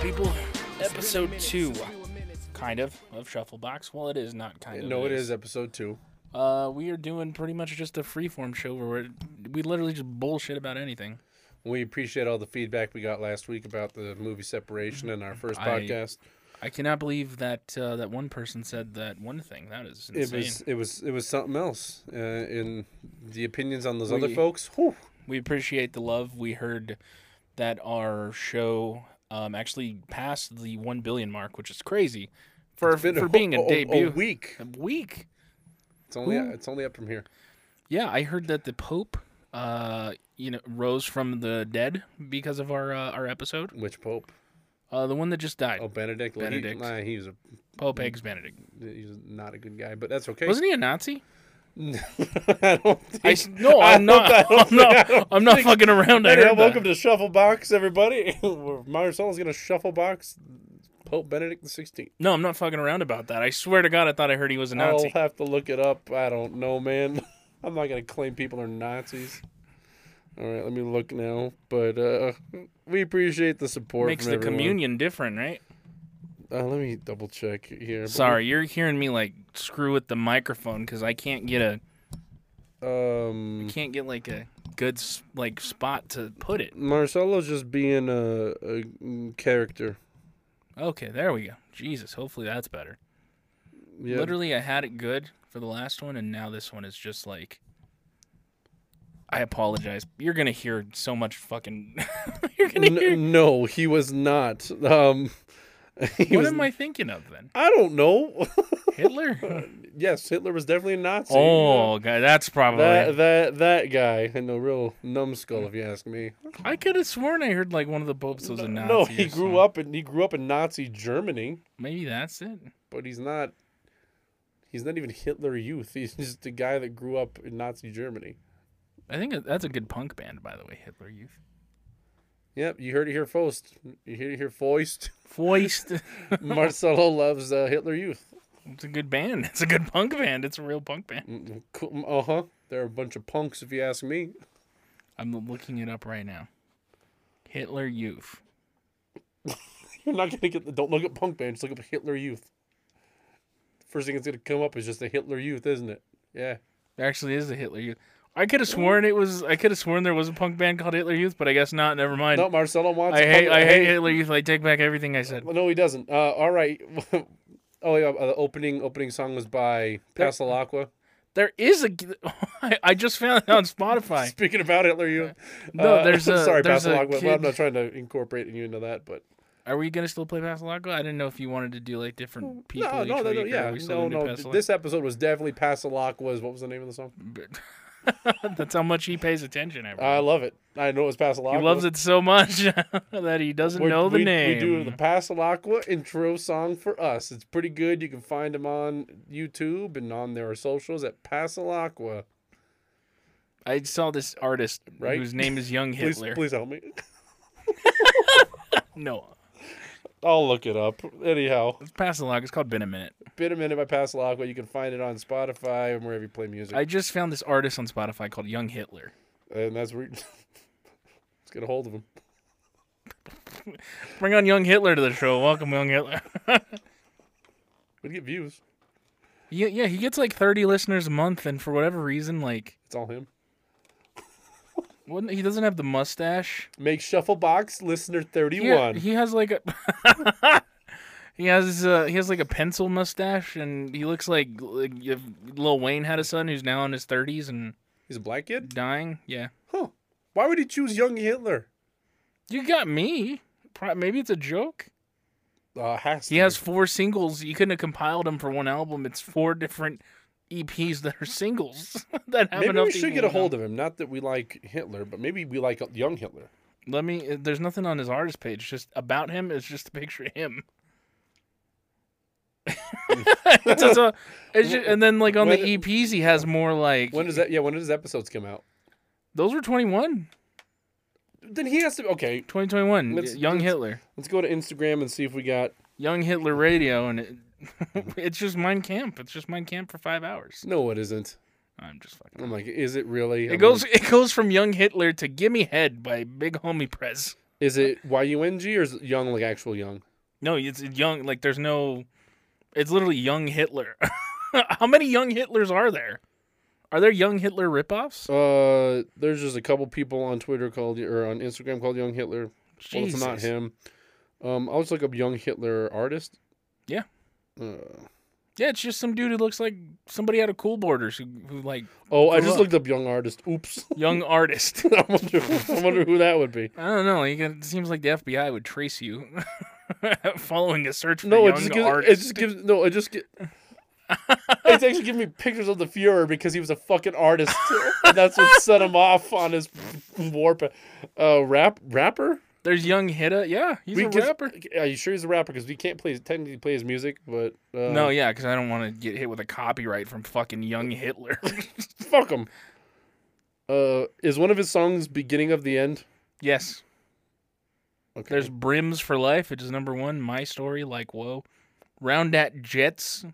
people. Episode two, kind of, of Shufflebox. Well, it is not kind of. No, it is episode two. Uh, we are doing pretty much just a freeform show where we're, we literally just bullshit about anything. We appreciate all the feedback we got last week about the movie separation in our first I- podcast. I cannot believe that uh, that one person said that one thing. That is It insane. was it was it was something else. Uh, and the opinions on those We- other folks. Whew, We appreciate the love. We heard that our show um, actually passed the one billion mark, which is crazy for it's been for being a, debut a week. A week. It's only it's only up from here. Yeah, I heard that the Pope, uh, you know, rose from the dead because of our uh, our episode. Which pope? Uh, the one that just died, Oh, Benedict. Well, he- Benedict. nah, he was a Pope Eggs Benedict. he's not a good guy, but that's okay. Wasn't he a Nazi? I don't I think. s- no, I'm not. I don't I'm not. think- I don't I'm not think- fucking around. I Anyhow, heard welcome that. to Shuffle Box, everybody. Marcel's gonna shuffle box Pope Benedict the Sixteenth. No, I'm not fucking around about that. I swear to God, I thought I heard he was a Nazi. I'll have to look it up. I don't know, man. I'm not gonna claim people are Nazis. All right, let me look now. But uh, we appreciate the support. Makes from the everyone. communion different, right? Uh, let me double check here. Sorry, you're hearing me like screw with the microphone because I can't get a Um, can't get like a good s- like spot to put it. Marcelo's just being a, a character. Okay, there we go. Jesus, hopefully that's better. Yeah. Literally, I had it good for the last one, and now this one is just like. I apologize. You're gonna hear so much fucking. you're gonna N- hear. no, he was not. Um, he what was. am I thinking of then? I don't know. Hitler? yes, Hitler was definitely a Nazi. oh, God, that's probably. That that that guy, and a real numbskull, if you ask me. I could have sworn I heard like one of the popes was a Nazi. No, or he grew something. up in he grew up in Nazi Germany, Maybe that's it. but he's not. He's not even Hitler Youth. He's just a guy that grew up in Nazi Germany. I think that's a good punk band, by the way. Hitler Youth. Yep, you heard it here first. You heard it here first. Foist. Marcelo loves uh, Hitler Youth. it's a good band. It's a good punk band. It's a real punk band. Uh huh. They're a bunch of punks, if you ask me. I'm looking it up right now. Hitler Youth. You're not gonna get. The, don't look at punk bands. Look up Hitler Youth. First thing that's gonna come up is just a Hitler Youth, isn't it? Yeah. There actually is a Hitler Youth. I could have sworn it was. I could have sworn there was a punk band called Hitler Youth, but I guess not. Never mind. No, Marcelo wants. I a hate. punk- I hate hey, Hitler Youth. I take back everything I said. Well, no, he doesn't. Uh, all right. oh yeah, uh, the opening opening song was by Pastel Aqua. There is a. I- I just found it on Spotify. Speaking about Hitler, you. Uh, No, there's a- sorry, there's Pastel a Aqua. Well, I'm kid- not trying to incorporate you into that, but Are we gonna still play Pasalago? I didn't know if you wanted to do like different people. no, each no, no, week, no, or are yeah, we still no, gonna do no. Pasalago? This episode was definitely Pastel Aqua's. What was the name of the song? That's how much he pays attention. Everyone. I love it. I know it was Pastel Aqua. he loves it so much that he doesn't We're- know the we, name. We do the Pastel Aqua intro song for us. It's pretty good. You can find them on YouTube and on their socials at Pastel Aqua. I saw this artist Right? whose name is Young Please, Hitler. please help me. No, I'll look it up. Anyhow. it's Pasalago. It's called Been a Minute. Been a Minute by Pasalacqua. You can find it on Spotify and wherever you play music. I just found this artist on Spotify called Young Hitler. and that's where you... let's get a hold of him. Bring on Young Hitler to the show. Welcome, Young Hitler. We get views. yeah, yeah, he gets like 30 listeners a month, and for whatever reason, like, It's all him. wouldn't- he doesn't have the mustache. Make Shufflebox listener He, 31. he has like a. He has uh, he has like a pencil mustache and he looks like, like if Lil Wayne had a son who's now in his thirties and He's a black kid? dying. Yeah, Huh. Why would he choose young Hitler? You got me. Pro- Maybe it's a joke. Uh, has He to has be. four singles. You couldn't have compiled them for one album. It's four different EPs that are singles that have Maybe enough. we to should equal get a one hold of him. Not that we like Hitler, but maybe we like young Hitler. album. Let me. uh, There's nothing on his artist page. It's Just about him. It's just a picture of him. it's just a, it's ju- and then like on When- the EPs he has more like When does that? Yeah, when does episodes come out? those were 21 Then he has to. Okay, 2021 Let's- young let's- Hitler let's go to Instagram and see if we got. young Hitler radio and it, it's just Mein Camp it's just Mein Camp for 5 hours No, it isn't. I'm just fucking I'm like, is it really? It goes it goes from Young Hitler to Gimme Head by Big Homie Prez. Is it Y-U-N-G or is it Young like actual Young? No, it's young. Like there's no. It's literally young Hitler. How many young Hitlers are there? Are there young Hitler ripoffs? Uh, there's just a couple people on Twitter called or on Instagram called Young Hitler. Well, it's not Jesus. him. Um, I'll just look up Young Hitler artist. Yeah. Uh, Yeah, it's just some dude who looks like somebody out of Cool Borders who, who like oh, I Good just luck. looked up Young artist. Oops. young artist. I wonder. I wonder who that would be. I don't know. You can, it seems like the FBI would trace you following a search for No, young it just gives. artist. It just gives. No, it just. Get, it's actually giving me pictures of the Fuhrer because he was a fucking artist. And that's what set him off on his warp. Uh, rap rapper. There's young Hitta. Yeah, he's a can- rapper. Are you sure he's a rapper? Because we can't play his, technically play his music, but uh, no, yeah, because I don't want to get hit with a copyright from fucking young Hitler. fuck him. Uh, is one of his songs "Beginning of the End"? yes, Okay. there's Brims for Life, which is number one. My Story, like whoa. Round at Jets.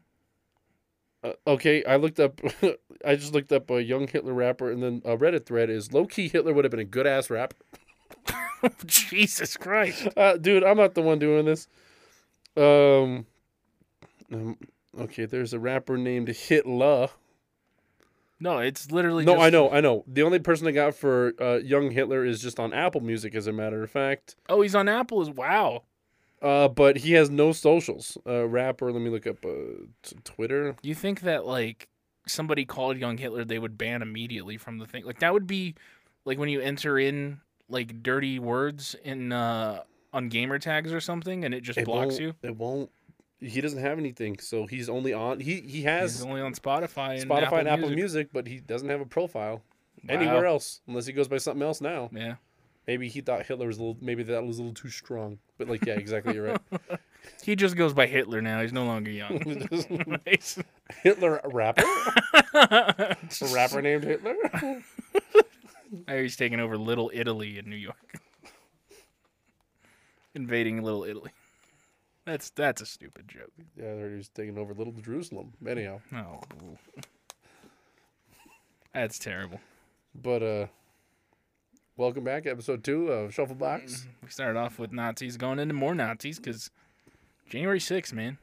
Uh, okay, I looked up. I just looked up a young Hitler rapper, and then a Reddit thread is low key Hitler would have been a good ass rap. Jesus Christ. Uh, dude, I'm not the one doing this. Um, um, okay, there's a rapper named Hitler. No, it's literally. No, just, I know, I know. The only person I got for uh, young Hitler is just on Apple Music, as a matter of fact. Oh, he's on Apple. Is wow. Uh, but he has no socials. Uh, rapper. Let me look up uh, t- Twitter. You think that like somebody called young Hitler, they would ban immediately from the thing? Like that would be like when you enter in like dirty words in uh on gamer tags or something, and it just blocks won't- you. It won't. He doesn't have anything, so he's only on. He he It's has only on Spotify and Spotify Apple and Apple Music. Music. but he doesn't have a profile Wow. anywhere else unless he goes by something else now. Yeah. Maybe he thought Hitler was a little. Maybe that was a little too strong. But like, yeah, exactly. You're right. He just goes by Hitler now. He's no longer young. Nice. Hitler rapper, a I rapper named Hitler. hear he's taking over Little Italy in New York, invading Little Italy. That's that's a stupid joke. yeah, there he's taking over Little Jerusalem. Anyhow, Oh, boo. that's terrible. but uh, welcome back, episode two of Shufflebox. We started off with Nazis, going into more Nazis because January 6th, man,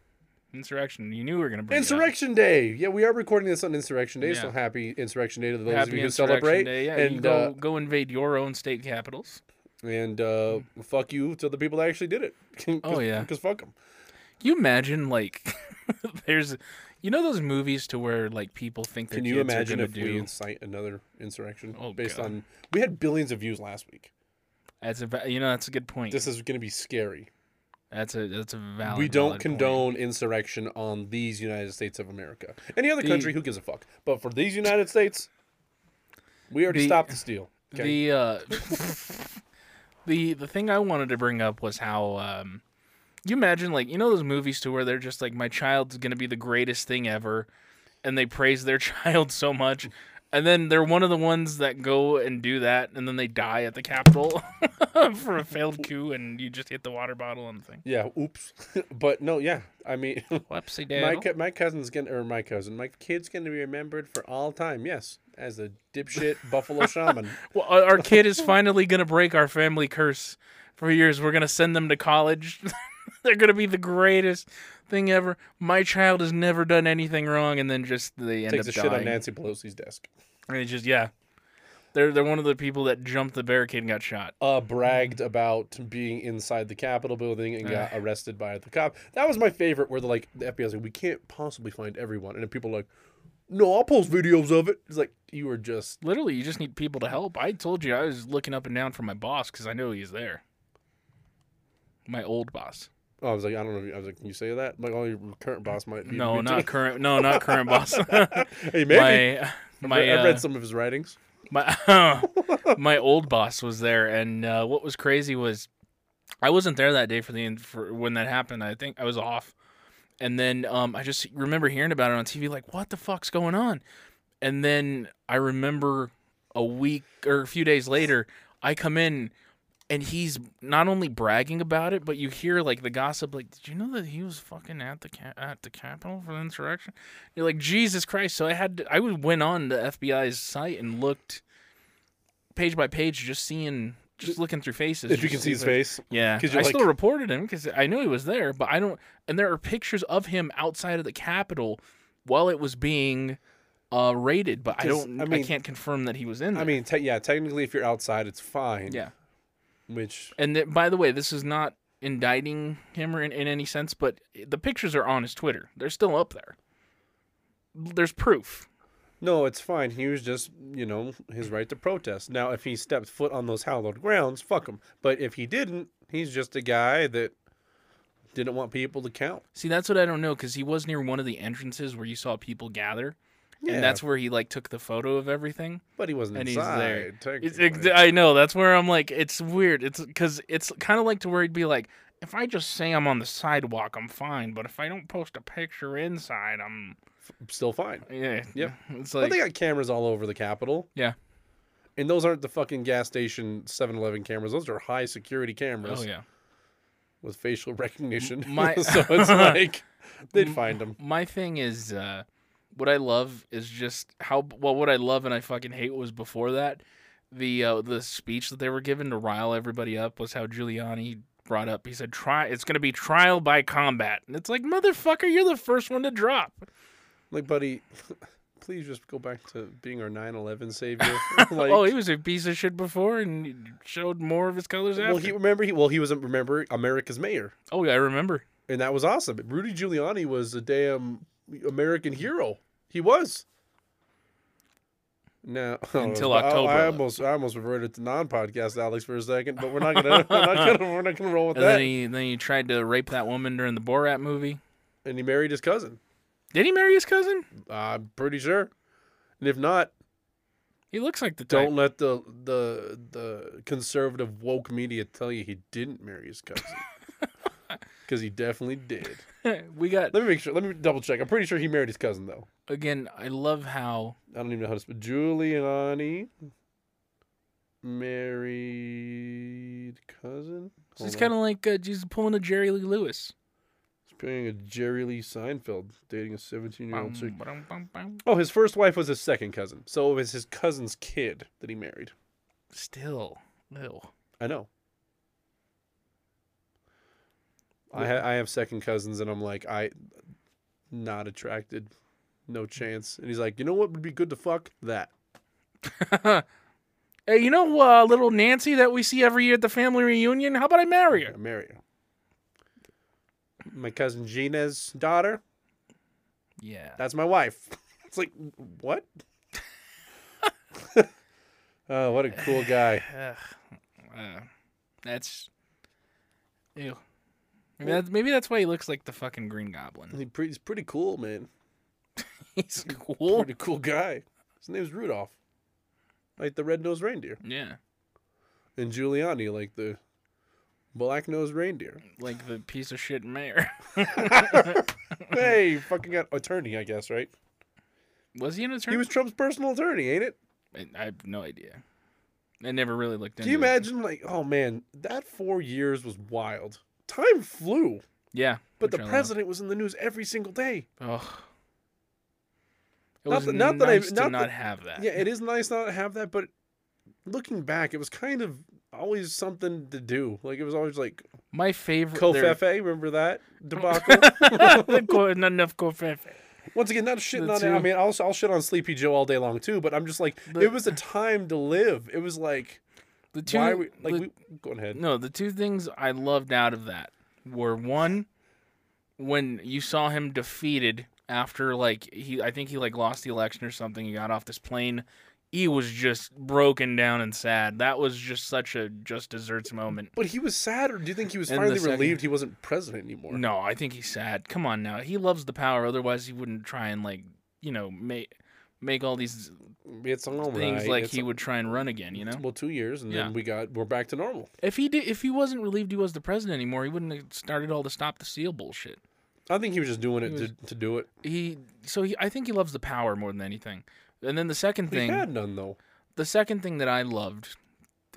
insurrection. You knew we were gonna bring it up. Insurrection Day. Yeah, we are recording this on Insurrection Day, so Yeah. happy Insurrection Day to those of Happy you who Insurrection celebrate. Day. Yeah, and you go uh, go invade your own state capitals. and uh, fuck you to the people that actually did it. 'Cause- Oh, yeah. because fuck them. Can you imagine like there's you know those movies to where like people think their Can kids you imagine are if gonna we do incite another insurrection Oh, based God. on we had billions of views last week. that's a va- you know that's a good point. This is going to be scary. that's a that's a valid. we don't valid point. condone insurrection on these United States of America. Any other country, who gives a fuck? But for these United States, we already The- stopped the steal. Okay. The uh, the the thing I wanted to bring up was how um, you imagine like you know those movies to where they're just like my child's gonna be the greatest thing ever, and they praise their child so much, and then they're one of the ones that go and do that, and then they die at the Capitol for a failed coup, and you just hit the water bottle on the thing. yeah. Oops. but no. Yeah. I mean, Whoopsie my daddle. cou- my cousin's gonna or my cousin, my kid's gonna be remembered for all time. Yes, as a dipshit buffalo shaman. Well, our our kid is finally gonna break our family curse for years. We're gonna send them to college. They're gonna be the greatest thing ever. My child has never done anything wrong, and then just they end Takes a up shit on dying. Nancy Pelosi's desk. And it's just yeah, they're they're one of the people that jumped the barricade and got shot. uh, bragged Mm. about being inside the Capitol building and got arrested by the cop. That was my favorite, where the like the FBI's like, we can't possibly find everyone, and then people are like, no, I'll post videos of it. It's like you were just Literally, you just need people to help. I told you I was looking up and down for my boss because I know he's there. My old boss. oh, I was like, I don't know. If you, I was like, can you say that? I'm like, oh, your current boss might be No, me too." not current. No, not current boss. hey, maybe. my my. I read uh, some of his writings. My my old boss was there, and uh, what was crazy was I wasn't there that day for the in- for when that happened. I think I was off, and then um, I just remember hearing about it on TV, like what the fuck's going on? And then I remember a week or a few days later, I come in. And he's not only bragging about it, but you hear like the gossip, like, "Did you know that he was fucking at the ca- at the Capitol for the insurrection?" You're like, "Jesus Christ!" So I had to, I went on the FBI's site and looked page by page, just seeing just looking through faces. If you just can to see his if there's- face, Yeah, 'Cause I you're like- still reported him because I knew he was there, but I don't. And there are pictures of him outside of the Capitol while it was being uh, raided, but I 'Cause, don't. I I, mean- can't confirm that he was in there. I mean, te- yeah, technically, if you're outside, it's fine. yeah. Which And th- by the way, this is not indicting him or in, in any sense, but the pictures are on his Twitter. They're still up there. There's proof. no, it's fine. He was just, you know, his right to protest. Now, if he stepped foot on those hallowed grounds, fuck him. But if he didn't, he's just a guy that didn't want people to count. See, that's what I don't know because he was near one of the entrances where you saw people gather, and that's where he like took the photo of everything. but he wasn't and he's there. inside. It's, technically. ex- I know that's where I'm like, it's weird. It's because it's kind of like to where he'd be like, if I just say I'm on the sidewalk, I'm fine, but if I don't post a picture inside, I'm Still fine. yeah, Yep. It's But like they got cameras all over the Capitol. Yeah. And those aren't the fucking gas station 7-Eleven cameras. Those are high security cameras oh yeah. with facial recognition. my- so it's like they'd find them. My thing is, uh, what I love is just how well what I love and I fucking hate was before that. The uh, the speech that they were given to rile everybody up was how Giuliani brought up. He said, "Try it's going to be trial by combat," and it's like, motherfucker, you're the first one to drop. Like, buddy, please just go back to being our 9-11 savior. like, oh, he was a piece of shit before and showed more of his colors after. well, he remember he well he was remember America's mayor, oh yeah, I remember. and that was awesome. Rudy Giuliani was a damn American hero. He was. No, Until I- October, I, though. almost I almost reverted to non-podcast Alex for a second, but we're not gonna we're not gonna we're not gonna roll with And that. then he then he tried to rape that woman during the Borat movie. and he married his cousin. Did he marry his cousin? I'm pretty sure. And if not, He looks like the type. don't let the the the conservative woke media tell you he didn't marry his cousin. Because he definitely did. we got Let me make sure. Let me double check. I'm pretty sure he married his cousin though. again. I love how I don't even know how to spell Giuliani married cousin. It's kind of like uh, she's pulling a Jerry Lee Lewis. playing a Jerry Lee Seinfeld dating a 17 year old chick. Bum, bum, bum, bum. Oh, his first wife was his second cousin, so it was his cousin's kid that he married. Still, ew. I know. I ha- I have second cousins, and I'm like I, not attracted, no chance. And he's like, you know what would be good to fuck that. Hey, you know uh, little Nancy that we see every year at the family reunion? How about I marry her? I marry her. My cousin Gina's daughter. Yeah. That's my wife. It's like what? oh, what a cool guy. Ugh. Uh, that's ew. Maybe, that, maybe that's why he looks like the fucking Green Goblin. He pre- he's pretty cool, man. He's cool. Pretty cool guy. His name's Rudolph, like the red-nosed reindeer, Yeah, and Giuliani, like the black-nosed reindeer. like the piece of shit mayor. hey, you fucking got attorney, I guess, right? was he an He attorney? was Trump's personal attorney, ain't it? I, I have no idea. I never really looked into. Can you it. imagine? Like, oh man, that four years was wild. Time flew. Yeah, But the which I love. president was in the news every single day. Oh. It Not was that- not not that that I- nice to not that- not have that. Yeah, it is nice not to have that, but looking back, it was kind of always something to do. Like it was always like My favorite. their- Kofefe, remember that debacle? The co- not enough Kofefe. Once again, not shitting The on it. I two- mean, I'll, I'll shit on Sleepy Joe all day long too, but I'm just like, The- it was a time to live. It was like, The two, why we like the- we go ahead. no, the two things I loved out of that were one, when you saw him defeated after like he, I think he like lost the election or something. He got off this plane. He was just broken down and sad. That was just such a just desserts moment. But he was sad, or do you think he was And the finally second- relieved he wasn't president anymore? No, I think he's sad. Come on now, he loves the power. Otherwise, he wouldn't try and like you know make make all these It's all things right. like It's- he would try and run again. You know, Well, two years, and Yeah. then we got we're back to normal. if he did, if he wasn't relieved he was the president anymore, he wouldn't have started all the stop the seal bullshit. I think he was just doing it He was- to, to do it. He so he, I think he loves the power more than anything. And then the second He thing, had none though. the second thing that I loved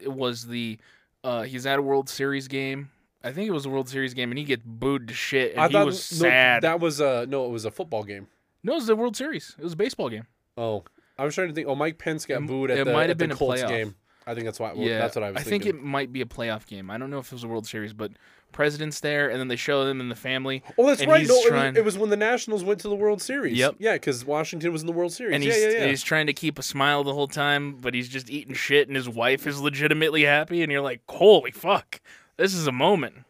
was the uh, he's at a World Series game. I think it was a World Series game, and he gets booed to shit, and he was no, sad. that was uh no, it was a football game. no, it was the World Series. It was a baseball game. Oh, I was trying to think. Oh, Mike Pence got It- booed at it the, might at have the been a Colts playoff. game. I think that's why. yeah, that's what I was. I think thinking. it might be a playoff game. I don't know if it was a World Series, but president's there, and then they show them and the family. Oh, that's and right. he's No, it was- trying- it was when the Nationals went to the World Series. Yep. Yeah, because Washington was in the World Series. And yeah, he's, yeah, yeah. and he's trying to keep a smile the whole time, but he's just eating shit, and his wife is legitimately happy, and you're like, holy fuck, this is a moment.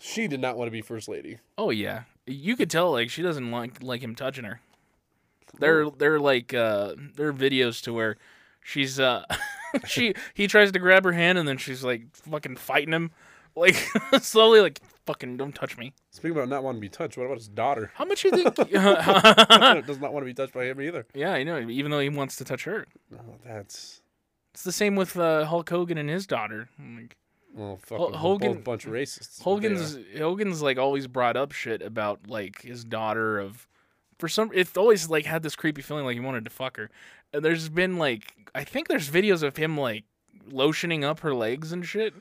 She did not want to be first lady. Oh yeah, you could tell like she doesn't like like him touching her. They're they're like uh there are videos to where she's uh she he tries to grab her hand and then she's like fucking fighting him like slowly like fucking don't touch me. Speaking about not wanting to be touched, what about his daughter? How much you think? Does not want to be touched by him either. yeah, I know. Even though he wants to touch her, Oh, that's it's the same with uh, Hulk Hogan and his daughter. Like, well, fuck. Hol- we're Hogan- both a bunch of racists. but they Hogan's Hogan's like always brought up shit about like his daughter of for some it always like had this creepy feeling like he wanted to fuck her. And there's been like I think there's videos of him like lotioning up her legs and shit.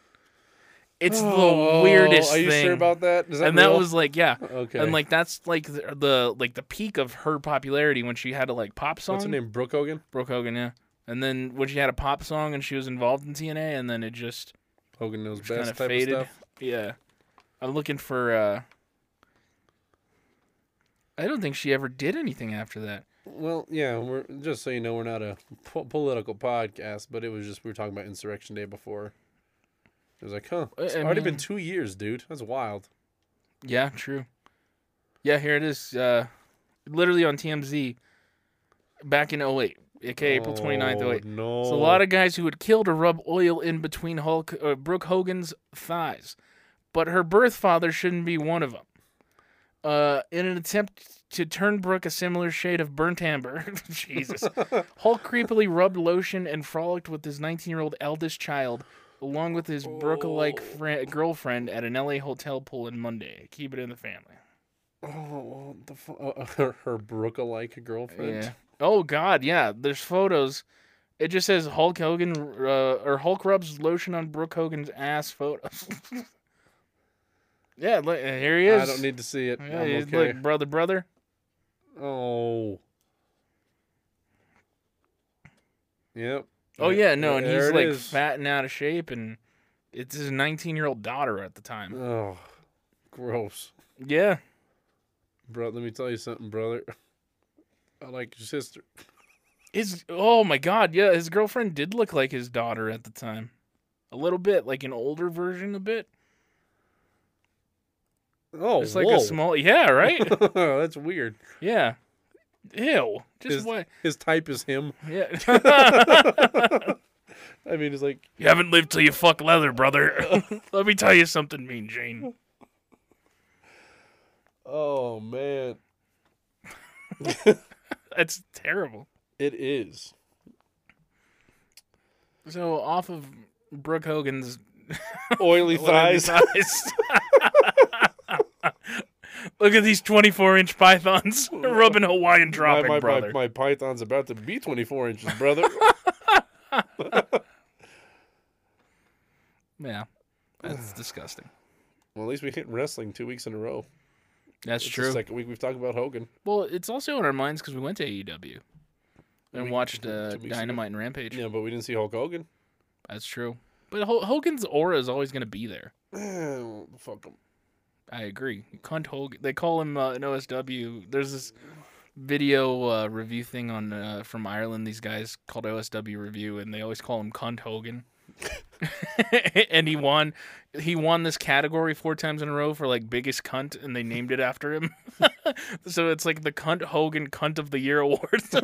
It's Oh, are. the weirdest Are you thing. sure about that? Is that and that real? was like yeah. okay. And like that's like the, the like the peak of her popularity when she had a like pop song. what's her name? Brooke Hogan. Brooke Hogan, yeah. And then when she had a pop song and she was involved in TNA and then it just Hogan knows kind best of type faded. of stuff. Yeah. I'm looking for uh I don't think she ever did anything after that. Well, yeah. We're just so you know, we're not a po- political podcast, but it was just we were talking about Insurrection Day before. It was like, huh? I- It's I already mean- been two years, dude. That's wild. Yeah, true. Yeah, here it is. Uh literally on TMZ back in 08, aka April 29th, 08. Oh, No, It's a lot of guys who would kill to rub oil in between Hulk uh, Brooke Hogan's thighs, but her birth father shouldn't be one of them. Uh, in an attempt to turn Brooke a similar shade of burnt amber, Jesus, Hulk creepily rubbed lotion and frolicked with his 19-year-old eldest child, along with his Brooke-like fri- girlfriend at an LA hotel pool in Monday. Keep it in the family. Oh, well, the fu- uh, uh, her, her Brooke-alike girlfriend. Yeah. Oh God, yeah. There's photos. It just says Hulk Hogan uh, or Hulk rubs lotion on Brooke Hogan's ass. Photos. yeah, look, uh, here he is. I don't need to see it. Yeah, I'm he's- okay. Look, brother, brother. Oh. Yep. Oh There- yeah, no, and there he's it like is. fat and out of shape, and it's his 19 year old daughter at the time. Oh, gross, Yeah. bro. Let me tell you something, brother. I like your sister. His oh my God, yeah. His girlfriend did look like his daughter at the time, a little bit, like an older version, a bit. Oh, It's like whoa. a small. Yeah, right. That's weird. yeah. Ew. Just His- what? His type is him. Yeah. I mean, it's like you haven't lived till you fuck leather, brother. Let me tell you something, Mean Gene. oh man, That's terrible. it is. So off of Brooke Hogan's Oily thighs. thighs. Look at these 24 inch pythons rubbing Hawaiian My, dropping, my, my, brother. my python's about to be 24 inches, brother. Yeah. That's disgusting. well, at least we hit wrestling two weeks in a row. That's It's true. The second week we've talked about Hogan. well, it's also in our minds because we went to AEW and week- watched uh, two weeks ago. Dynamite and Rampage. Yeah, but we didn't see Hulk Hogan. That's true. But Ho- Hogan's aura is always going to be there. Eh, well, Fuck him. I agree. Cunt Hogan. They call him uh, an OSW. There's this video uh, review thing on uh, from Ireland. These guys called OSW review, and they always call him Cunt Hogan. and he won. He won this category four times in a row for like biggest cunt, and they named it after him. so it's like the Cunt Hogan Cunt of the Year award.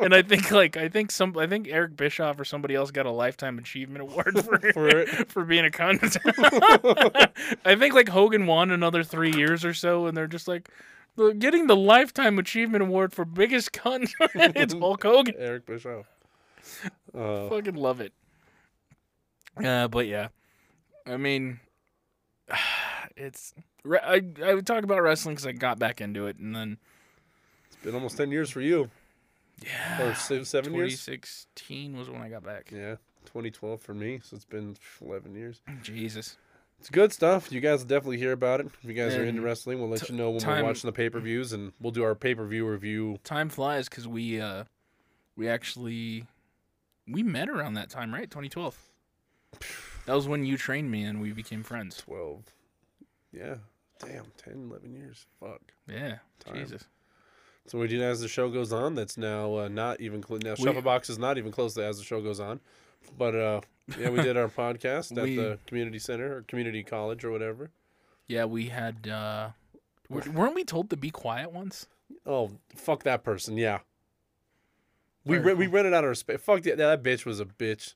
and I think like I think some I think Eric Bischoff or somebody else got a lifetime achievement award for For it. for being a cunt. I think like Hogan won another three years or so, and they're just like "Well, getting the lifetime achievement award for biggest cunt. and it's Hulk Hogan. Eric Bischoff. Uh, Fucking love it. Uh, but yeah, I mean, it's re- I I would talk about wrestling because I got back into it, and then it's been almost 10 years for you. Yeah. Or se- seven years? 2016 was when I got back. Yeah. 2012 for me. So it's been 11 years. Jesus. It's good stuff. You guys will definitely hear about it. If you guys are into And wrestling, we'll let t- you know when time- we're watching the pay per views and we'll do our pay per view review. time flies because we uh we actually we met around that time, right? 2012. That was when you trained me and we became friends. 12. Yeah. Damn, 10, 11 years. Fuck. Yeah. Time. Jesus. So we do as the show goes on. That's now uh, not even cl- now. We- Shufflebox is not even close to as the show goes on, but uh, yeah, we did our podcast at We- the community center or community college or whatever. Yeah, we had uh w- weren't we told to be quiet once? Oh, fuck that person. Yeah. We, Very re- we cool. rented out our space. Fuck that. That bitch was a bitch.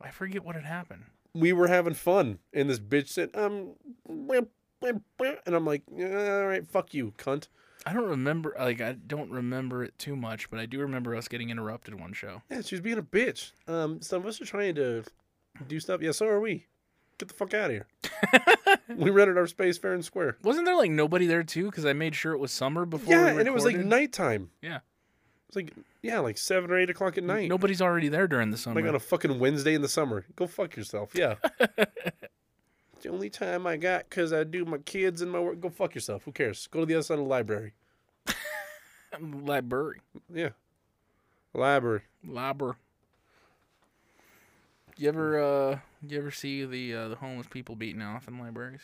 I forget what had happened. We were having fun, and this bitch said, um, bleh, bleh, bleh," and I'm like, "Yeah, all right, fuck you, cunt. I don't remember like I don't remember it too much, but I do remember us getting interrupted one show. Yeah, she was being a bitch. Um, some of us are trying to do stuff. Yeah, so are we. Get the fuck out of here. we rented our space fair and square. Wasn't there like nobody there too? Because I made sure it was summer before. yeah, we and it was like recorded. nighttime. Yeah. It's like yeah, like seven or eight o'clock at night. nobody's already there during the summer. Like on a fucking Wednesday in the summer. Go fuck yourself. Yeah. It's the only time I got because I do my kids and my work. Go fuck yourself. Who cares? Go to the other side of the library. library, Yeah. Library. library. You ever uh, you ever see the uh, the homeless people beating off in libraries?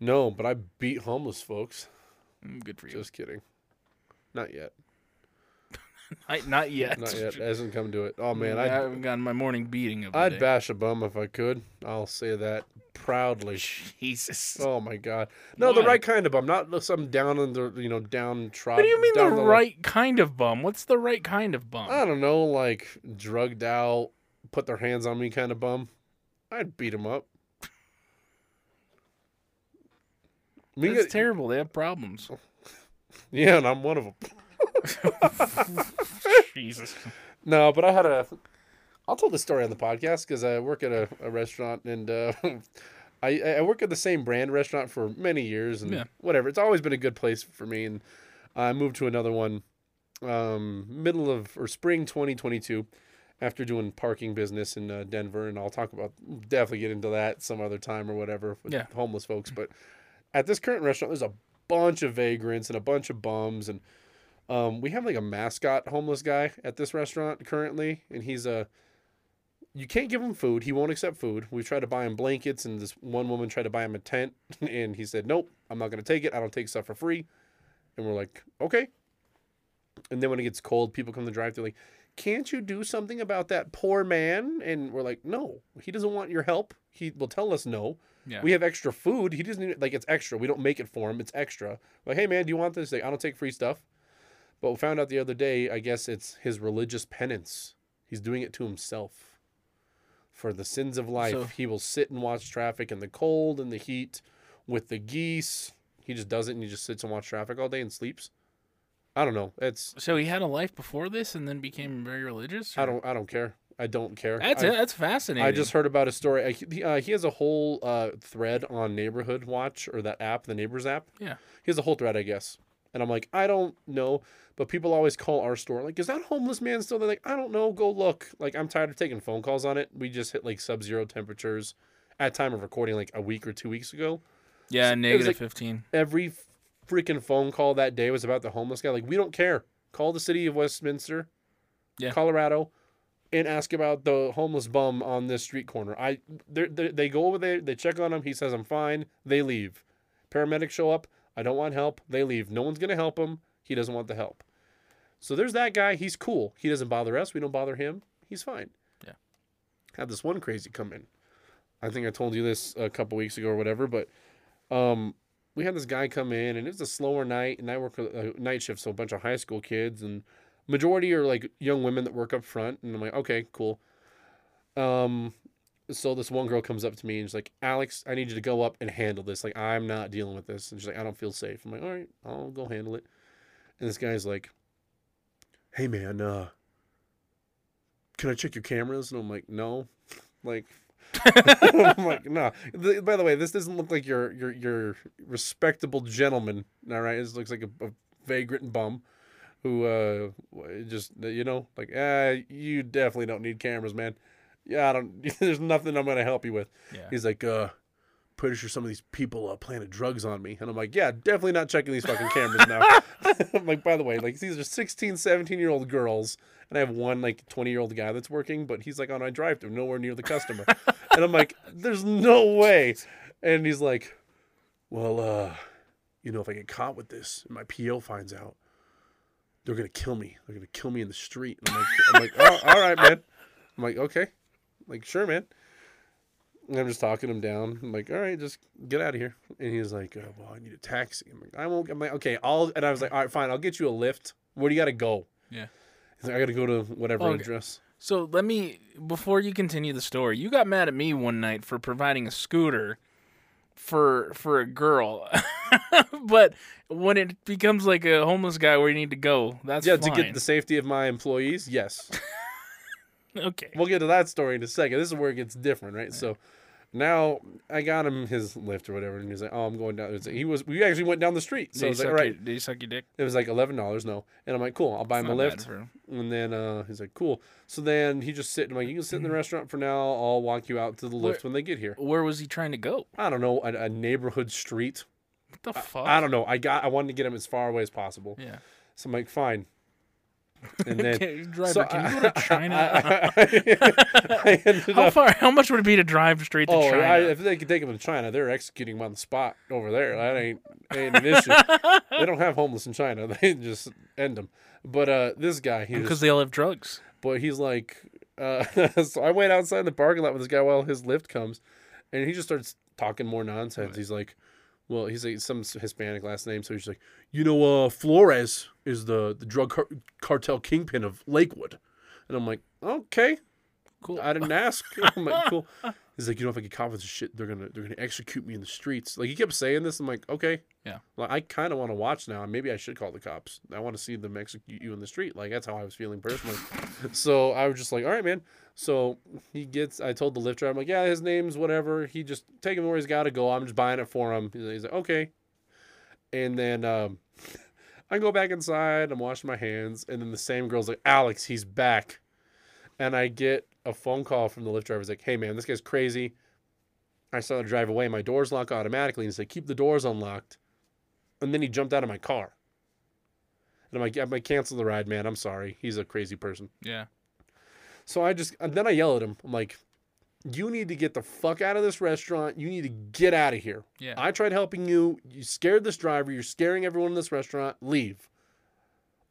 No, but I beat homeless folks. Mm, Good for you. Just kidding. Not yet. I, not yet. Not yet. It hasn't come to it. Oh man, Mm, I I'd, haven't gotten my morning beating of the I'd day. bash a bum if I could. I'll say that proudly. Jesus. Oh my god. No, the Why? right kind of bum, not some down in the you know downtrodden. What do you mean the down on right kind of bum? What's the right kind of bum? I don't know, like drugged out, put their hands on me kind of bum. I'd beat him up. Me That's get- terrible. They have problems. yeah, and I'm one of them. Jesus. No, but I had a. I'll tell this story on the podcast because I work at a, a restaurant and uh, I I work at the same brand restaurant for many years and Yeah. whatever. It's always been a good place for me, and I moved to another one, um, middle of or spring 2022, after doing parking business in uh, Denver, and I'll talk about definitely get into that some other time or whatever with Yeah. homeless folks. But at this current restaurant, there's a bunch of vagrants and a bunch of bums and um, we have like a mascot homeless guy at this restaurant currently, and he's a. You can't give him food. He won't accept food. We tried to buy him blankets, and this one woman tried to buy him a tent, and he said, "Nope, I'm not gonna take it. I don't take stuff for free." And we're like, "Okay." And then when it gets cold, people come to drive through like, "Can't you do something about that poor man?" And we're like, "No, he doesn't want your help. He will tell us no." Yeah. We have extra food. He doesn't even, like it's extra. We don't make it for him. It's extra. Like, hey man, do you want this? Like, I don't take free stuff. But we found out the other day, I guess it's his religious penance. He's doing it to himself. For the sins of life, So- he will sit and watch traffic in the cold and the heat with the geese. He just does it and he just sits and watches traffic all day and sleeps. I don't know. It's So he had a life before this and then became very religious? I don't I don't care. I don't care. That's I, it. That's fascinating. I just heard about a story. I, he, uh, he has a whole uh, thread on Neighborhood Watch or that app, the Neighbors app. Yeah. He has a whole thread, I guess. And I'm like, I don't know. But people always call our store, like, is that homeless man still there? Like, I don't know. Go look. Like, I'm tired of taking phone calls on it. We just hit like sub zero temperatures at time of recording like a week or two weeks ago. Yeah, negative like- 15. Every freaking phone call that day was about the homeless guy. Like, we don't care. Call the city of Westminster, Yeah. Colorado, and ask about the homeless bum on this street corner. I they're, they they go over there, they check on him. He says I'm fine. They leave. Paramedics show up. I don't want help. They leave. No one's gonna help him. He doesn't want the help. So there's that guy. He's cool. He doesn't bother us. We don't bother him. He's fine. Yeah. Had this one crazy come in. I think I told you this a couple weeks ago or whatever, but um, we had this guy come in, and it was a slower night, and I work a a night shift, so a bunch of high school kids, and majority are like young women that work up front, and I'm like, okay, cool. Um, so this one girl comes up to me and she's like, Alex, I need you to go up and handle this. Like, I'm not dealing with this, and she's like, I don't feel safe. I'm like, all right, I'll go handle it. And this guy's like, Hey man, uh, can I check your cameras? And I'm like, no, like. I'm like, no. Th- by the way, this doesn't look like your your your respectable gentleman. All right, this looks like a, a vagrant bum who uh w- just you know like ah you definitely don't need cameras, man. Yeah, I don't. There's nothing I'm gonna help you with. Yeah. He's like, uh, pretty sure some of these people are planted drugs on me. And I'm like, yeah, definitely not checking these fucking cameras now. I'm like, by the way, like these are 16, 17 year old girls. And I have one like 20 year old guy that's working, but he's like on my drive through, nowhere near the customer. and I'm like, there's no way. And he's like, well, uh, you know, if I get caught with this and my PO finds out, they're going to kill me. They're going to kill me in the street. And I'm like, I'm like oh, all right, man. I'm like, okay. I'm like, sure, man. And I'm just talking him down. I'm like, all right, just get out of here. And he's like, oh, well, I need a taxi. I'm like, I won't. I'm like, okay, I'll. And I was like, all right, fine, I'll get you a lift. Where do you got to go? Yeah. He's like, I got to go to whatever Okay. address. So let me before you continue the story, you got mad at me one night for providing a scooter for for a girl. but when it becomes like a homeless guy where you need to go, that's yeah, fine. to get the safety of my employees. Yes. Okay. We'll get to that story in a second. This is where it gets different, right? So now I got him his lift or whatever, and he's like, "Oh, I'm going down." It's- He was. We actually went down the street, so did, I he was like, suck "All right." your, did he suck your dick? It was like eleven dollars, no. And I'm like, "Cool, I'll buy him a Not lift." bad for him. And then uh, he's like, "Cool." So then he just sit. and I'm like, "You can sit in the restaurant for now. I'll walk you out to the lift when they get here." Where was he trying to go? I don't know a, a neighborhood street. What the fuck? I don't know. I got. I wanted to get him as far away as possible. Yeah. So I'm like, "Fine." And then Okay, driver, so can I- you go to China? I, I ended how up. far? How much would it be to drive straight to Oh, China? I, if they could take him to China, they're executing him on the spot over there. That ain't ain't an issue. they don't have homeless in China. They just end them. But uh, this guy, he was Because they all have drugs. but he's like, uh, so I went outside the parking lot with this guy while his lift comes, and he just starts talking more nonsense. He's like, well, he's like some Hispanic last name, so he's like, you know, uh, Flores is the the drug car- cartel kingpin of Lakewood, and I'm like, okay, Cool. I didn't ask. I'm like, cool. He's like, you know, if I get caught with this shit, they're gonna they're gonna execute me in the streets. Like he kept saying this. I'm like, okay, Yeah. Like I kind of want to watch now. and Maybe I should call the cops. I want to see them execute you in the street. Like that's how I was feeling personally. so I was just like, all right, man. So he gets. I told the lift driver, I'm like, yeah, his name's whatever. He just take him where he's got to go. I'm just buying it for him. He's he's like, okay. And then um, I go back inside. I'm washing my hands, and then the same girl's like, Alex, he's back and I get a phone call from the Lyft driver. He's like, "Hey man, this guy's crazy. I saw the drive away. My doors lock automatically." And he said, "Keep the doors unlocked." And then he jumped out of my car. And I'm like, "I'm like, cancel the ride, man. I'm sorry. He's a crazy person." Yeah. So I just and then I yell at him. I'm like, "You need to get the fuck out of this restaurant. You need to get out of here. Yeah. I tried helping you. You scared this driver. You're scaring everyone in this restaurant. Leave."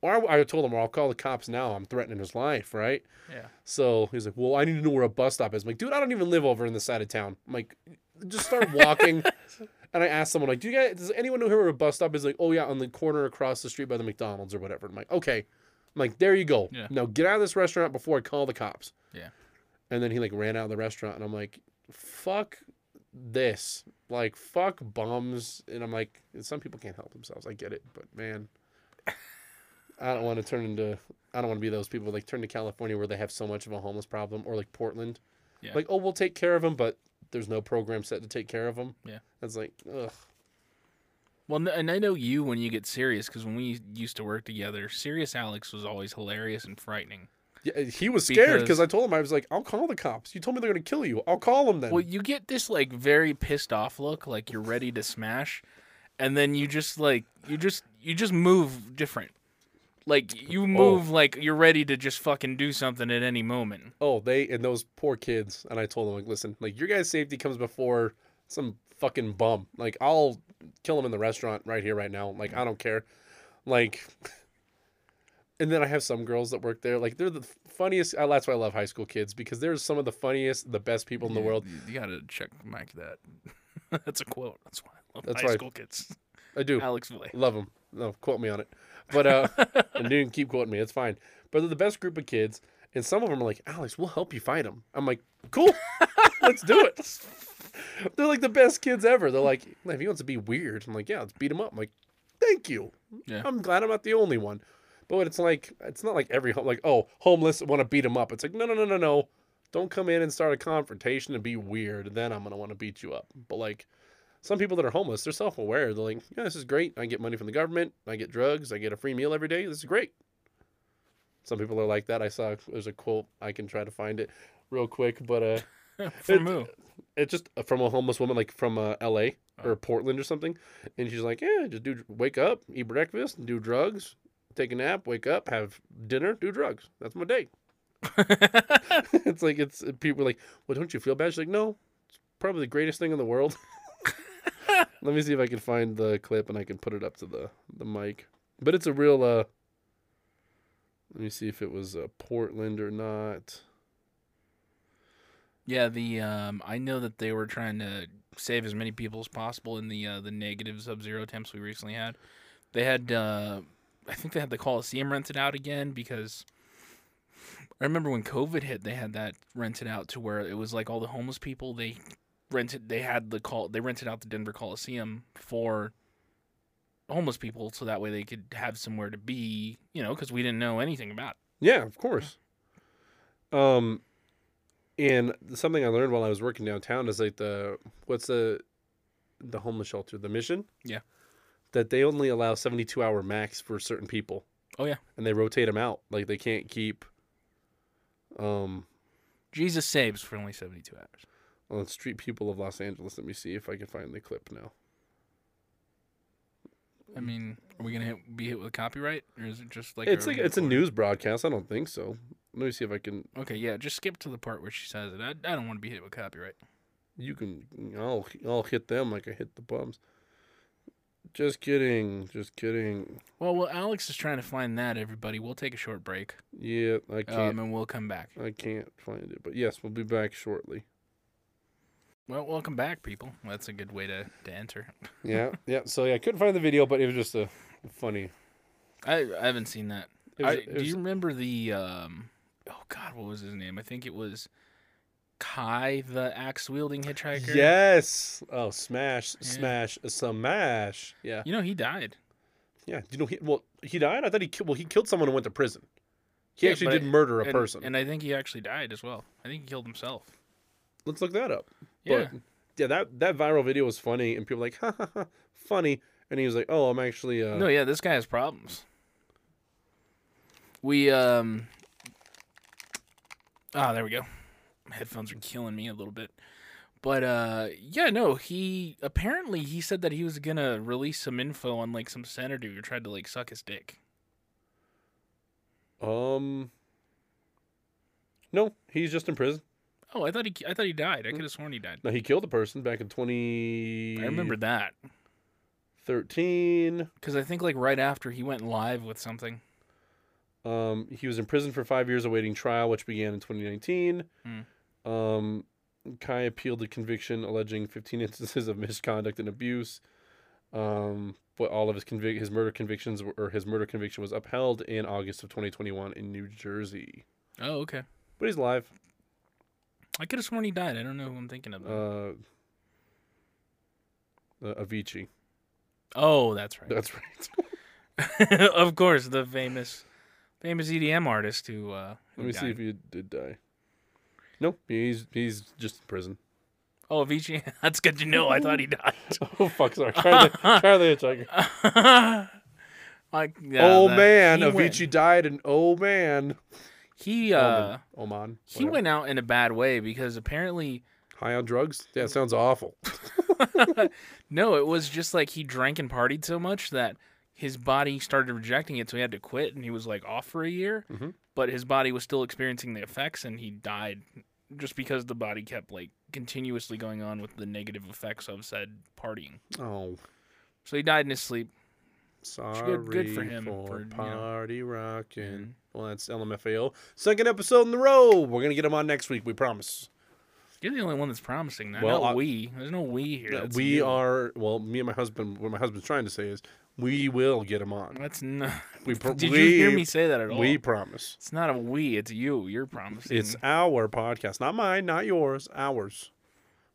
Or I, I told him, "Or I'll call the cops now. I'm threatening his life, right?" yeah. So he's like, "Well, I need to know where a bus stop is." I'm like, "Dude, I don't even live over in this side of town." I'm like, "Just start walking." and I asked someone, "Like, do you guys? Does anyone know where a bus stop is?" Like, "Oh yeah, on the corner across the street by the McDonald's or whatever." I'm like, "Okay." I'm like, "There you go. Yeah. Now get out of this restaurant before I call the cops." Yeah. And then he like ran out of the restaurant, and I'm like, "Fuck this! Like, fuck bums!" And I'm like, "Some people can't help themselves. I get it, but man." I don't want to turn into I don't want to be those people like turn to California where they have so much of a homeless problem or like Portland. Yeah. Like, oh, we'll take care of them, but there's no program set to take care of them. Yeah. That's like, ugh. Well, n- and I know you when you get serious because when we used to work together, serious Alex was always hilarious and frightening. Yeah, he was scared Because- because I told him I was like, I'll call the cops. You told me they're gonna kill you. I'll call them then. Well, you get this like very pissed off look, like you're ready to smash, and then you just like you just you just move different. Like Oh. you move like you're ready to just fucking do something at any moment. oh, they and those poor kids. And I told them like, listen, like your guys' safety comes before some fucking bum. Like I'll kill him in the restaurant right here, right now. Like I don't care. Like, and then I have some girls that work there. Like they're the funniest. uh, That's why I love high school kids because they're some of the funniest, the best people in the world. You, gotta check Mike that. That's a quote. That's why I love That's high right. school kids. I do. Alex Valle. Love them. No, quote me on it. But uh, and you can keep quoting me. It's fine. But they're the best group of kids, and some of them are like, Alex, we'll help you fight them. I'm like, cool, let's do it. They're like the best kids ever. They're like, if he wants to be weird, I'm like, yeah, let's beat him up. I'm like, thank you. Yeah. I'm glad I'm not the only one. But when it's like, it's not like every home, like, oh, homeless want to beat him up. It's like, no, no, no, no, no. Don't come in and start a confrontation and be weird. Then I'm gonna want to beat you up. But like, some people that are homeless, they're self aware. They're like, yeah, this is great. I get money from the government. I get drugs. I get a free meal every day. This is great. Some people are like that. I saw there's a quote. I can try to find it real quick, but uh, From who? It's just from a homeless woman, like from uh, L.A. or Portland or something, and she's like, "Yeah, just do wake up, eat breakfast, do drugs, take a nap, wake up, have dinner, do drugs. That's my day." it's like it's people are like, "Well, don't you feel bad?" She's like, "No, it's probably the greatest thing in the world." Let me see if I can find the clip and I can put it up to the the mic. But it's a real. uh Let me see if it was uh, Portland or not. yeah, the um, I know that they were trying to save as many people as possible in the uh, the negative sub zero temps we recently had. They had uh, I think they had the Coliseum rented out again because I remember when COVID hit, they had that rented out to where it was like all the homeless people they rented they had the call they rented out the Denver Coliseum for homeless people so that way they could have somewhere to be, you know, because we didn't know anything about. It. Yeah, of course. Um, and something I learned while I was working downtown is like the what's the the homeless shelter, the Mission. Yeah. That they only allow seventy two hour max for certain people. Oh, yeah. And they rotate them out. Like they can't keep. Um, Jesus saves for only seventy two hours. on street people of Los Angeles. Let me see if I can find the clip now. I mean, are we gonna hit, be hit with copyright, or is it just like it's like it's a recording? news broadcast. I don't think so. Let me see if I can. Okay, yeah, just skip to the part where she says it. I, I don't want to be hit with copyright. You can. I'll. I'll hit them like I hit the bums. Just kidding. Just kidding. Well, well, Alex is trying to find that. Everybody, we'll take a short break, Yeah, I can't. um, and we'll come back. I can't find it, but yes, we'll be back shortly. Well, welcome back, people. That's a good way to to enter. Yeah, yeah. So yeah, I couldn't find the video, but it was just a funny. I I haven't seen that. It was- I- it do was- you remember the um? Oh God, what was his name? I think it was Kai, the axe wielding hitchhiker. Yes. Oh, smash, Yeah. smash, smash. Yeah, You know he died. yeah. Do you know he? Well, he died. I thought he. ki- Well, he killed someone and went to prison. He Yeah, actually but did I- murder a and, person. and I think he actually died as well. I think he killed himself. Let's look that up. Yeah. But yeah, that that viral video was funny, and people were like, ha ha ha, funny. And he was like, oh, I'm actually. Uh, No, yeah, this guy has problems. We um Ah, there we go. My headphones are killing me a little bit. But uh yeah, no, he apparently he said that he was going to release some info on like some senator who tried to like suck his dick. Um. No, he's just in prison. Oh, I thought he I thought he died. Hmm. I could have sworn he died. No, he killed a person back in twenty. I remember that 13. cuz I think like right after he went live with something. Um, he was in prison for five years awaiting trial, which began in 2019. Hmm. Um, Kai appealed the conviction, alleging 15 instances of misconduct and abuse. Um, but all of his convic- his murder convictions were, or his murder conviction was upheld in August of 2021 in New Jersey. Oh, okay. But he's alive. I could have sworn he died. I don't know who I'm thinking of. Uh, uh, Avicii. oh, that's right. That's right. of course, the famous, famous EDM artist who. Uh, who Let me see died. if he did die. Nope, he's he's just in prison. Oh, Avicii. That's good to know. I thought he died. Oh fuck! Sorry, Charlie, Charlie the Tiger. like, yeah, oh that- man, he Avicii went- died, and oh man, He uh, Oman. Oman, he whatever. went out in a bad way because apparently, high on drugs. Yeah, it sounds awful. no, it was just like he drank and partied so much that his body started rejecting it, so he had to quit, and he was like off for a year. Mhm. But his body was still experiencing the effects, and he died just because the body kept like continuously going on with the negative effects of said partying. Oh, So he died in his sleep. sorry. good for him for, you know. party rocking. Mhm. Well, that's LMFAO. Second episode in the row. We're gonna get him on next week. We promise. You're the only one that's promising that. Well, Not I- we. There's no we here. That's we you. are. Well, me and my husband. What my husband's trying to say is, we will get him on. That's not. We pro- Did we, you hear me say that at all? Mm-hmm. We promise. It's not a we. It's you. You're promising. It's our podcast, not mine, not yours, ours.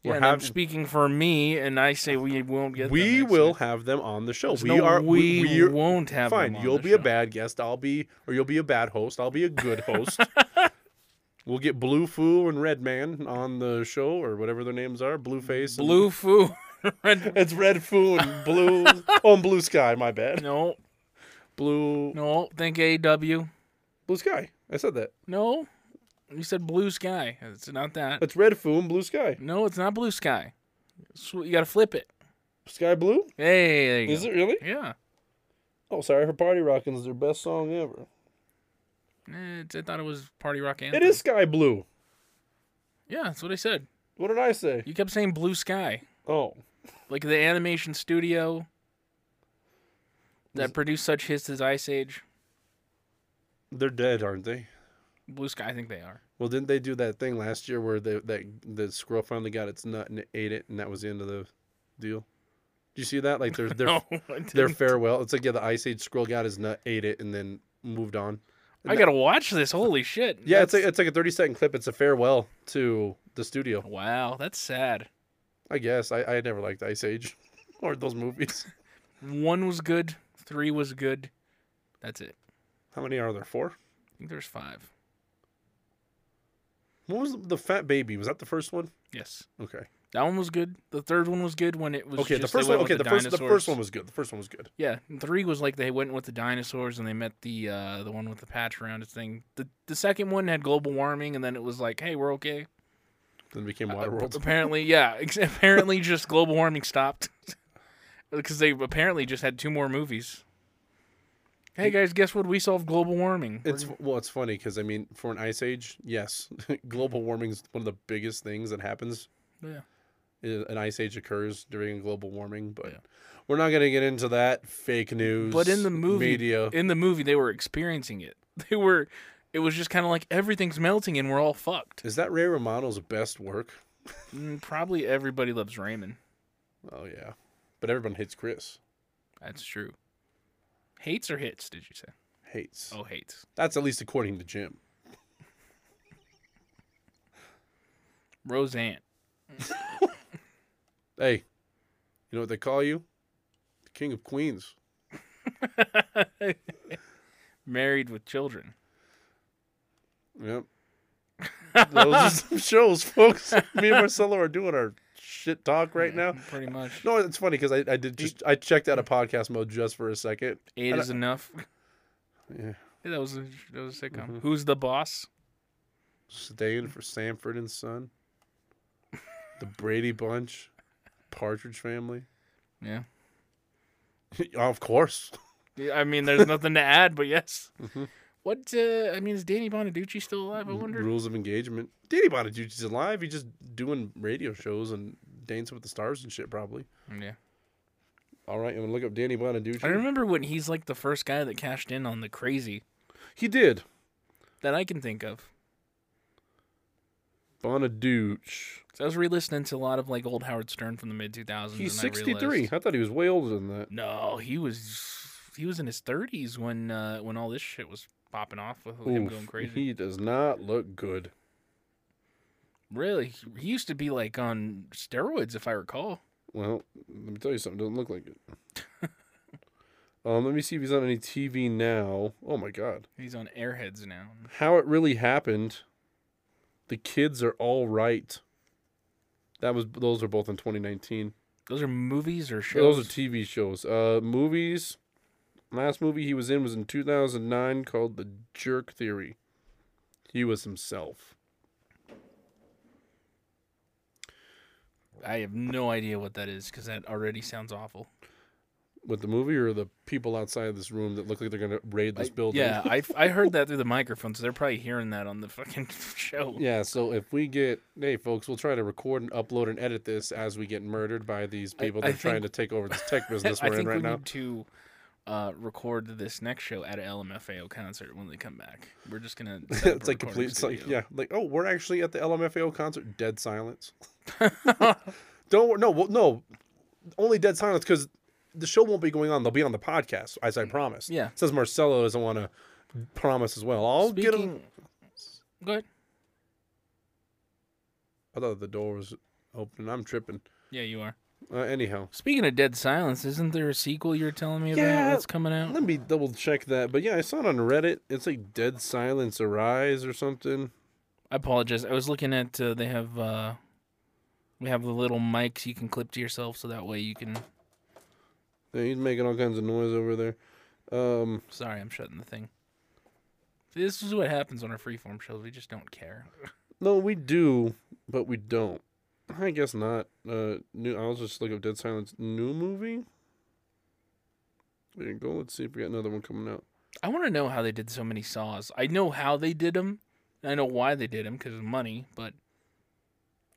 yeah, We're and I'm having. speaking for me, and I say we won't get. them we next will time. have them on the show. There's we no are We, we're- won't have. them fine. on You'll the be a show. bad guest. I'll be or you'll be a bad host. I'll be a good host. we'll get Blue Foo and Red Man on the show or whatever their names are. Blueface. and- blue foo. Red. It's Red Foo and Blue. oh, and Blue Sky. My bad. No, Blue. no. Think A W. Blue Sky. I said that. No. You said blue sky. It's not that. It's red foam, blue sky. No, it's not blue sky. It's- You got to flip it. Sky blue? Hey, there you Is go. it really? Yeah. Oh, sorry for Party Rockin' is their best song ever. Eh, it's- I thought it was party rock anthem. It is sky blue. Yeah, that's what I said. What did I say? You kept saying blue sky, Oh, like the animation studio that produced such hits as Ice Age. they're dead, aren't they? Blue sky, I think they are. Well, didn't they do that thing last year where they, that the squirrel finally got its nut and it ate it, and that was the end of the deal? Do you see that? Like their their No, I their didn't. farewell. It's like yeah, the Ice Age squirrel got his nut, ate it, and then moved on. I gotta watch this. Holy shit. Yeah, it's like, That's- it's like a thirty second clip. It's a farewell to the studio. wow. That's sad. I guess I, I never liked Ice Age or those movies. One was good. Three was good. That's it. How many are there? Four. I think there's five. What was the, the Fat Baby? Was that the first one? Yes. Okay. That one was good. The third one was good when it was. Okay. The just they first one. went Okay. with The, first. The first dinosaurs. one was good. The first one was good. Yeah, and three was like they went with the dinosaurs and they met the uh, the one with the patch around its thing. The the second one had global warming and then it was like, hey, we're okay. Then it became Uh, Waterworld. apparently, yeah, ex- apparently just global warming stopped because they apparently just had two more movies. Hey guys, guess what? We solved global warming. We're- It's well, it's funny because I mean, for an ice age, yes, global warming is one of the biggest things that happens. Yeah. Uh, An ice age occurs during global warming, but Yeah. we're not gonna get into that fake news. But in the movie, media, in the movie, they were experiencing it. They were. It was just kind of like everything's melting and we're all fucked. is that Ray Romano's best work? Mm, Probably everybody loves Raymond. Oh yeah, but everyone hates Chris. That's true. Hates or hits? Did you say? Hates. Oh, hates. That's at least according to Jim. Roseanne. Hey, you know what they call you? The King of Queens. Married with children. Yep. Those are some shows, folks. Me and Marcelo are doing our shit talk right now. Pretty much. No, it's funny because I, I did just I checked out of podcast mode just for a second. Eight And is enough. Yeah, Yeah, that was a, that was a sitcom. Who's the boss? staying for Sanford and Son, the Brady Bunch, Partridge Family. Yeah. of course, Yeah, I mean, there's nothing to add, but yes. What? Uh, I mean, is Danny Bonaducci still alive? I wonder. rules of engagement. Danny Bonaducci's alive. He's just doing radio shows and Dancing with the Stars and shit. Probably. Yeah. All right, I'm gonna look up Danny Bonaducci. I remember when he's like the first guy that cashed in on the crazy He did that I can think of. Bonaducci. 'Cause I was re-listening to a lot of like old Howard Stern from the mid 2000s. He's and I 63. realized- I thought he was way older than that. No, he was he was in his 30s when uh, when all this shit was popping off with him Oof, going crazy. He does not look good. Really? He- He used to be like on steroids, if I recall. Well, let me tell you something. Doesn't look like it. um, let me see if he's on any TV now. Oh my God, He's on Airheads now. how it really happened? The kids are all right. That was those are both in 2019. Those are movies or shows? Those are TV shows. Uh, movies. Last movie he was in was in 2009 called The Jerk Theory. He was himself. I have no idea what that is because that already sounds awful. With the movie or the people outside of this room that look like they're gonna raid this building. Yeah, I, I heard that through the microphone, so they're probably hearing that on the fucking show. Yeah, so if we get, hey folks, we'll try to record and upload and edit this as we get murdered by these people I that are trying think- to take over this tech business I we're in think right we now. need to uh, record this next show at an LMFAO concert when they come back. We're just gonna. set up it's a like complete. recording It's like studio. yeah, like oh, we're actually at the LMFAO concert. Dead silence. Don't wor- no well, no, only dead silence because the show won't be going on. They'll be on the podcast as I promised. Mm, Yeah. Says Marcelo doesn't want to promise as well. I'll get him. Speaking. Go ahead. I thought the door was open. I'm tripping. Yeah, you are. Uh, anyhow, Speaking of Dead Silence, isn't there a sequel you're telling me about Yeah. that's coming out? Let me double check that. But yeah, I saw it on Reddit. It's like Dead Silence Arise or something. I apologize. I was looking at uh, they have uh we have the little mics you can clip to yourself so that way you can Yeah, he's making all kinds of noise over there. Um, sorry, I'm shutting the thing. This is what happens on our freeform shows. We just don't care. No, we do, but we don't. I guess not. Uh, new. I'll just look up Dead Silence new movie. There you go. Let's see if we got another one coming out. I want to know how they did so many saws. I know how they did them. I know why they did them because of money, but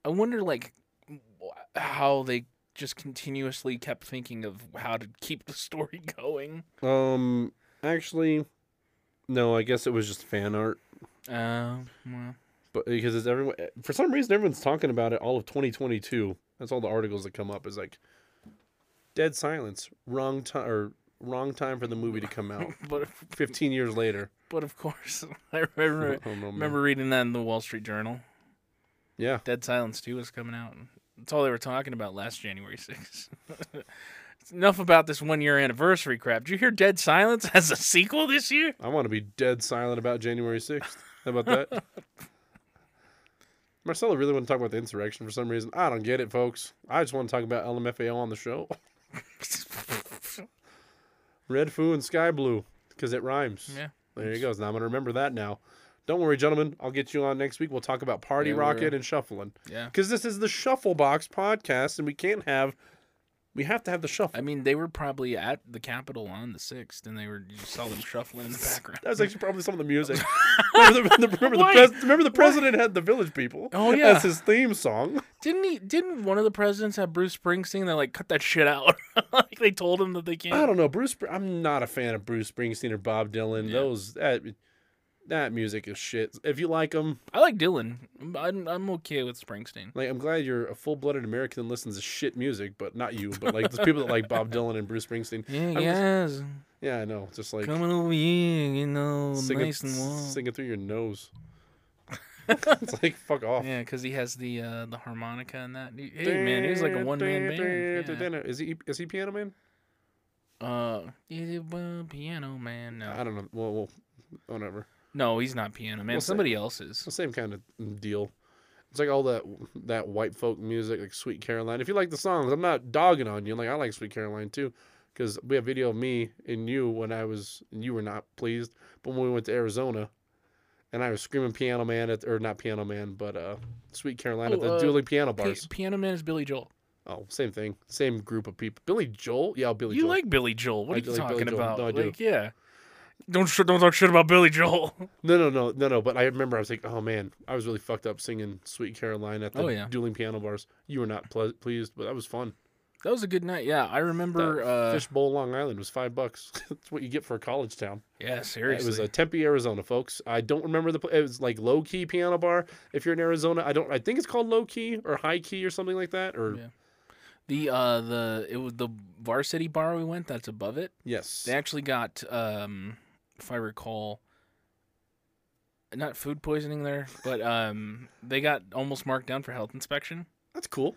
I wonder like wh- how they just continuously kept thinking of how to keep the story going. Um, actually, no. I guess it was just fan art, Um, well, but because it's everyone for some reason everyone's talking about it all of 2022. That's all the articles that come up is like Dead Silence, wrong time or wrong time for the movie to come out. but 15 years later. but of course, I remember I don't know, man. remember reading that in the Wall Street Journal. Yeah. Dead Silence 2 is coming out. That's all they were talking about last January 6th. It's Enough about this one year anniversary crap. Did you hear Dead Silence has a sequel this year? I want to be dead silent about January 6th. How about that? Marcella really want to talk about the insurrection for some reason. I don't get it, folks. I just want to talk about LMFAO on the show. Red Foo and Sky Blue, because it rhymes. Yeah. There you go. Now I'm going to remember that now. Don't worry, gentlemen. I'll get you on next week. We'll talk about Party Yeah, we're- Rocket and Shuffling. Yeah. Because this is the Shuffle Box podcast, and we can't have, we have to have the shuffle. I mean, they were probably at the Capitol on the 6th, and they were, you saw them shuffling in the background. That was actually probably some of the music. remember, the, remember, the, Why? pres- remember the president had the village people Oh, yeah. as his theme song. Didn't he? Didn't one of the presidents have Bruce Springsteen? They like cut that shit out. like they told him that they I can't. don't know. Bruce. Spr- I'm not a fan of Bruce Springsteen or Bob Dylan. Yeah. Those that that music is shit. If you like them, I like Dylan. I'm, I'm, I'm okay with Springsteen. like I'm glad you're a full blooded American and listens to shit music, but not you. But like the people that like Bob Dylan and Bruce Springsteen. Yeah, just- guys, Yeah, I know. Just like coming over here, you know, sing nice it, and warm. sing it through your nose. it's like fuck off. Yeah, because he has the uh, the harmonica and that. He- Hey man, he's like a one man band. Is he is he piano man? Yeah. Uh, he's a bu- piano man. I No, don't know. Well, well, whatever. no, he's not piano man. What's that? Somebody else It's is. the same kind of deal. It's like all that that white folk music, like Sweet Caroline. If you like the songs, I'm not dogging on you. Like I like Sweet Caroline too, because we have video of me and you when I was and you were not pleased, but when we went to Arizona, and I was screaming Piano Man at or not Piano Man, but uh Sweet Caroline at Oh, the uh, dueling piano Pi- bars. piano man is Billy Joel. oh, same thing, same group of people. Billy Joel, yeah, Billy you Joel. like Billy Joel? What I are do you like Billy talking Joel. about? No, I do. like, yeah. Don't sh- don't talk shit about Billy Joel. No, no, no, no, no. But I remember I was like, oh man, I was really fucked up singing Sweet Caroline at the Oh, yeah. dueling piano bars. You were not ple- pleased, but that was fun. That was a good night. Yeah, I remember. That Uh, Fishbowl Long Island was five bucks. That's what you get for a college town. yeah, seriously. It was uh, Tempe, Arizona, folks. I don't remember the. pla- It was like low key piano bar. If you're in Arizona, I don't. I think it's called low key or high key or something like that. Or Yeah. the uh the it was the varsity bar we went. That's above it. yes, They actually got, um, if I recall, not food poisoning there, but um, they got almost marked down for health inspection that's cool.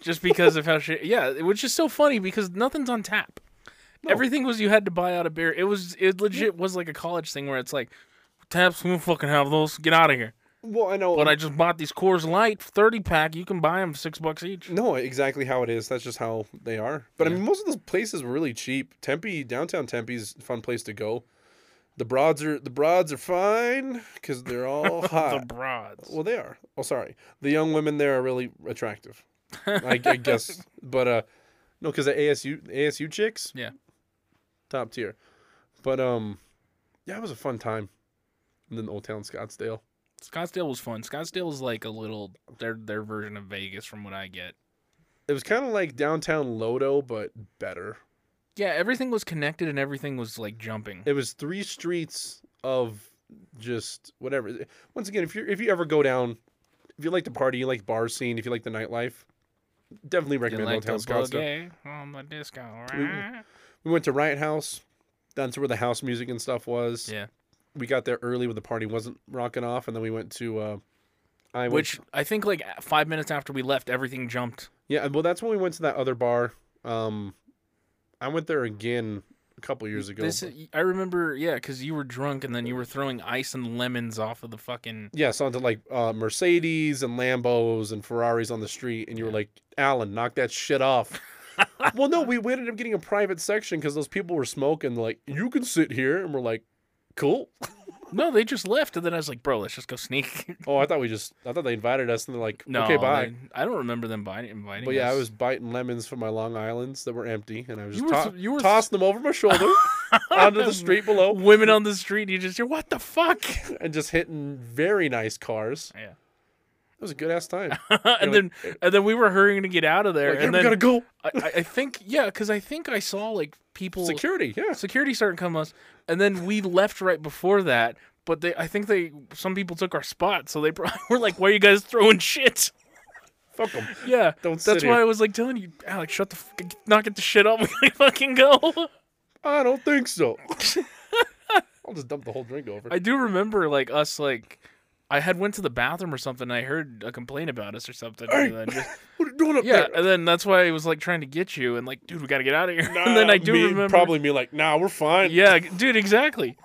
just because of how shit. Yeah, which is so funny because nothing's on tap. No. Everything was you had to buy out a beer. It was it legit was like a college thing where it's like taps. We don't fucking have those. Get out of here. Well, I know. um, But I just bought these Coors Light thirty pack. You can buy them six bucks each. No, exactly how it is. That's just how they are. But I Yeah. mean, most of those places were really cheap. Tempe, downtown Tempe's a fun place to go. The broads are the broads are fine because they're all The hot. broads. well, they are. Oh, sorry. The young women there are really attractive. I, I guess, but uh, no, because the ASU ASU chicks, Yeah. top tier. But um, yeah, it was a fun time. And then Old Town Scottsdale. Scottsdale was fun. Scottsdale is like a little their their version of Vegas from what I get. It was kind of like downtown Lodo, but better. Yeah, everything was connected and everything was like jumping. It was three streets of just whatever. Once again, if you if you ever go down, if you like the party, you like the bar scene, if you like the nightlife, definitely You recommend like Old Town to boogie Scottsdale. on the disco. We- right? We went to Riot House. That's where the house music and stuff was. Yeah. We got there early when the party wasn't rocking off, and then we went to. Uh, I went- Which I think like five minutes after we left, everything jumped. yeah, well, that's when we went to that other bar. Um, I went there again a couple years ago. This but- I remember, yeah, because you were drunk and then you were throwing ice and lemons off of the fucking. Yes, onto like uh, Mercedes and Lambos and Ferraris on the street, and you were like, "Alan, knock that shit off." well, no, we, we ended up getting a private section because those people were smoking. Like, you can sit here, and we're like, "Cool." No, they just left, and then I was like, "Bro, let's just go sneak." Oh, I thought we just. I thought they invited us, and they're like, no, okay, bye. they- I don't remember them buying inviting. But yeah, I us. was biting lemons from my Long Islands that were empty, and I was You just were to- th- you were th- tossing them over my shoulder onto the street below, women on the street. You just, you're what the fuck? and just hitting very nice cars. Yeah. It was a good ass time. and You're then and then we were hurrying to get out of there. Like, and "Yeah, then we gotta go. I, I- I think yeah, because I think I saw like people Security, yeah. security starting to come us, and then we left right before that. But they, I think they, some people took our spot, so they probably were like, "Why are you guys throwing shit?" Fuck them. Yeah, Don't That's sit why here. I was like telling you, Alex, shut the, f- knock it the shit up. We gotta fucking go. I don't think so. I'll just dump the whole drink over. I do remember like us like. I had went to the bathroom or something. And I heard a complaint about us or something. and then just- what are you doing up yeah, there? and then that's why I was like trying to get you and like, dude, we gotta get out of here. and then Nah, I do me- remember probably me like, nah, we're fine. Yeah, g- dude, exactly.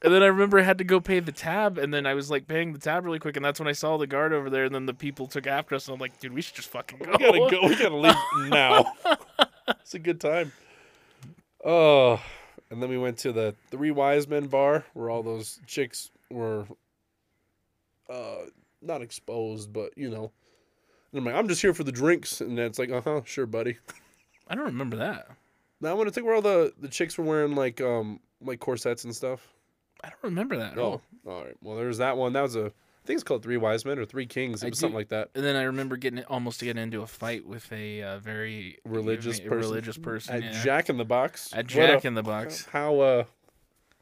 And then I remember I had to go pay the tab, and then I was like paying the tab really quick, and that's when I saw the guard over there, and then the people took after us, and I'm like, dude, we should just fucking go. We gotta go. We gotta leave now. it's a good time. Oh, and then we went to the Three Wise Men bar where all those chicks were, uh, not exposed, but you know. And I'm like, I'm just here for the drinks, and then it's like, uh huh, sure, buddy. I don't remember that. Now I want to think where all the the chicks were wearing like um like corsets and stuff. I don't remember that. At Oh, all. all right. Well, there's that one. That was a I think it's called Three Wise Men or Three Kings. I It was do- something like that. And then I remember getting almost to get into a fight with a uh, very Religious a person. religious person At yeah. Jack in the Box. at What Jack a- in the Box. How uh,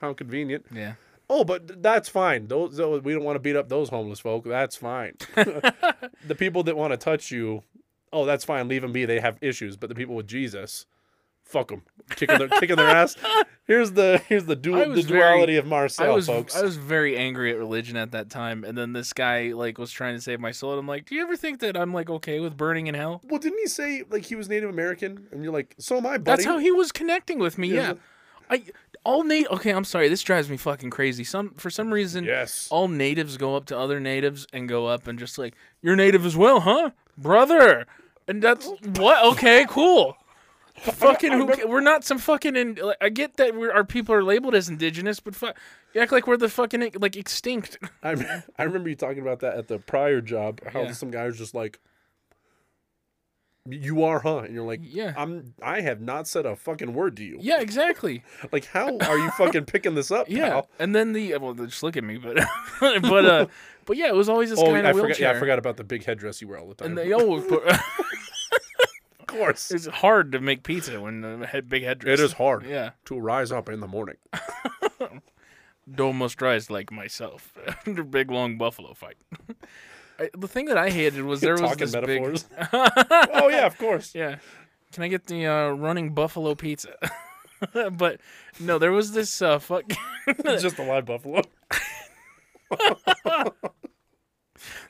how convenient. Yeah, Oh, but th- that's fine. Those, those we don't want to beat up those homeless folk. That's fine. the people that want to touch you, oh, that's fine. Leave them be. They have issues. But the people with Jesus, fuck them. Kicking their kicking their ass. Here's the here's the I dual the was very- duality of I Marcel, was folks. I was very angry at religion at that time, and then this guy like was trying to save my soul, and I'm like, do you ever think that I'm like okay with burning in hell? well, didn't he say like he was Native American? And you're like, so am I, buddy. That's how he was connecting with me. Yeah. Yeah. I all Nate. Okay, I'm sorry. This drives me fucking crazy. Some for some reason, Yes. all natives go up to other natives and go up and just like you're native as well, huh, brother? And that's what. Okay, cool. Fucking, who, ca- we're not some fucking. In, like, I get that we're, our people are labeled as indigenous, but fuck, you act like we're the fucking like extinct. I, rem- I remember you talking about that at the prior job. How Yeah. some guy was just like, "You are, huh?" And you're like, Yeah. I'm. I have not said a fucking word to you. Yeah, exactly. Like, how are you fucking picking this up? Yeah, pal? and then the well, just look at me, but but uh, but yeah, it was always this Oh, guy in a I wheelchair. forgot. Yeah, I forgot about the big headdress you wear all the time. And they always put. of course, It's hard to make pizza when a head, big headdress. it is hard Yeah. to rise up in the morning. Domo rise like myself under big long buffalo fight. I, the thing that I hated was there was Talking this metaphors. big. oh yeah, of course. Yeah. Can I get the uh, running buffalo pizza? but no, there was this uh, fuck. It's just a live buffalo.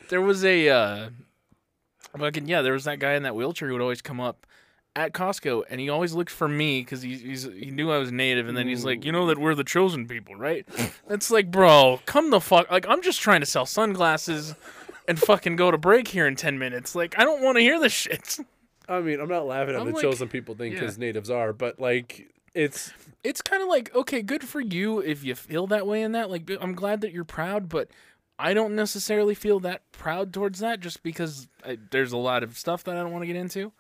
there was a uh, fucking yeah. There was that guy in that wheelchair who would always come up at Costco, and he always looked for me because he he's, he knew I was native, and then he's like, you know that we're the chosen people, right? it's like, bro, come the fuck. Like I'm just trying to sell sunglasses and fucking go to break here in ten minutes. Like I don't want to hear this shit. I mean, I'm not laughing at I'm the like- chosen people thing yeah. because natives are, but like, it's It's kind of like okay, good for you if you feel that way in that. Like I'm glad that you're proud, but. I don't necessarily feel that proud towards that just because I, there's a lot of stuff that I don't want to get into.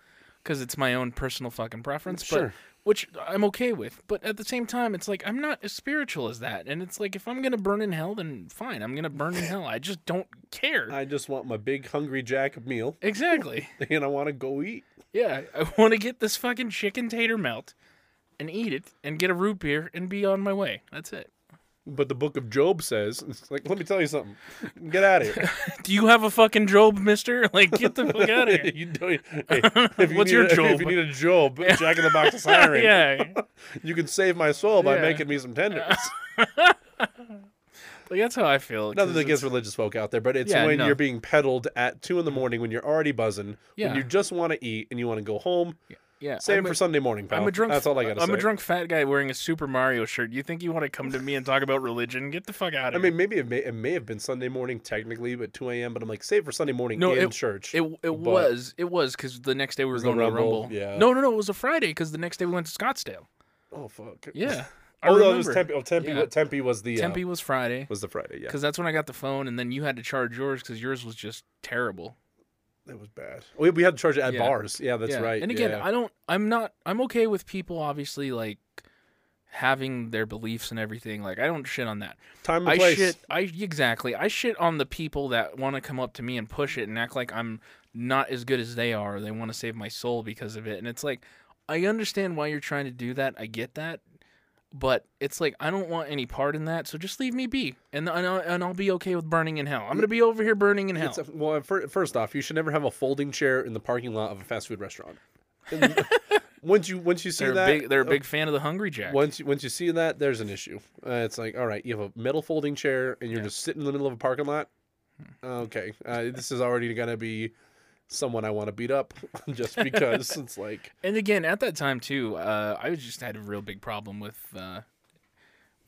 because it's my own personal fucking preference, Sure. but which I'm okay with. But at the same time, it's like I'm not as spiritual as that, and it's like if I'm gonna burn in hell, then fine, I'm gonna burn in hell. I just don't care. I just want my big hungry jack meal, exactly. and I want to go eat. Yeah, I want to get this fucking chicken tater melt, and eat it, and get a root beer, and be on my way. That's it. But the book of Job says, it's like, let me tell you something. Get out of here. Do you have a fucking job, Mister? Like, get the fuck out of here. you do hey, if you What's need your a- if you- Job? If you need a Job, Jack in the Box is hiring. yeah, You can save my soul by Yeah. making me some tenders. like that's how I feel. Nothing 'cause against religious folk out there, but it's Yeah, when no. Mm-hmm. you're being peddled at two in the morning when you're already buzzing, Yeah. when you just want to eat and you want to go home. it's- yeah, Same I'm a- for Sunday morning, pal. I'm a drunk. That's all I gotta I'm say. a drunk fat guy wearing a Super Mario shirt. You think you want to come to me and talk about religion? Get the fuck out I of mean, maybe it may, it may have been Sunday morning technically, but 2 a.m. But I'm like, save for Sunday morning No, in it- church. here. It it was it was because the next day we were the going to the Rumble, Rumble. yeah. No, no, no. It was a Friday because the next day we went to Scottsdale. oh fuck. Yeah. I oh, no, remember. it was Tempe. Oh, Tempe. Yeah. Tempe was the uh, Tempe was Friday was the Friday. Yeah, because that's when I got the phone, and then you had to charge yours because yours was just terrible. it was bad. We, we had to charge it at Yeah. bars. Yeah, that's Yeah. right. And again, yeah. I don't. I'm not. I'm okay with people obviously like having their beliefs and everything. Like I don't shit on that. time and I place. shit. I exactly. I shit on the people that want to come up to me and push it and act like I'm not as good as they are. They want to save my soul because of it. And it's like, I understand why you're trying to do that. I get that, but it's like I don't want any part in that. So just leave me be, and and I'll, and I'll be okay with burning in hell. I'm gonna be over here burning in hell. It's a, well, fir- first off, you should never have a folding chair in the parking lot of a fast food restaurant. once you once you see they're a that, big. They're a uh, big fan of the Hungry Jack. Once you, once you see that, there's an issue. Uh, it's like, all right, you have a metal folding chair and you're Yeah. Hmm. just sitting in the middle of a parking lot. Okay, uh, this is already gonna be someone I want to beat up just because it's like And again, at that time too, uh, I was just had a real big problem with. Uh,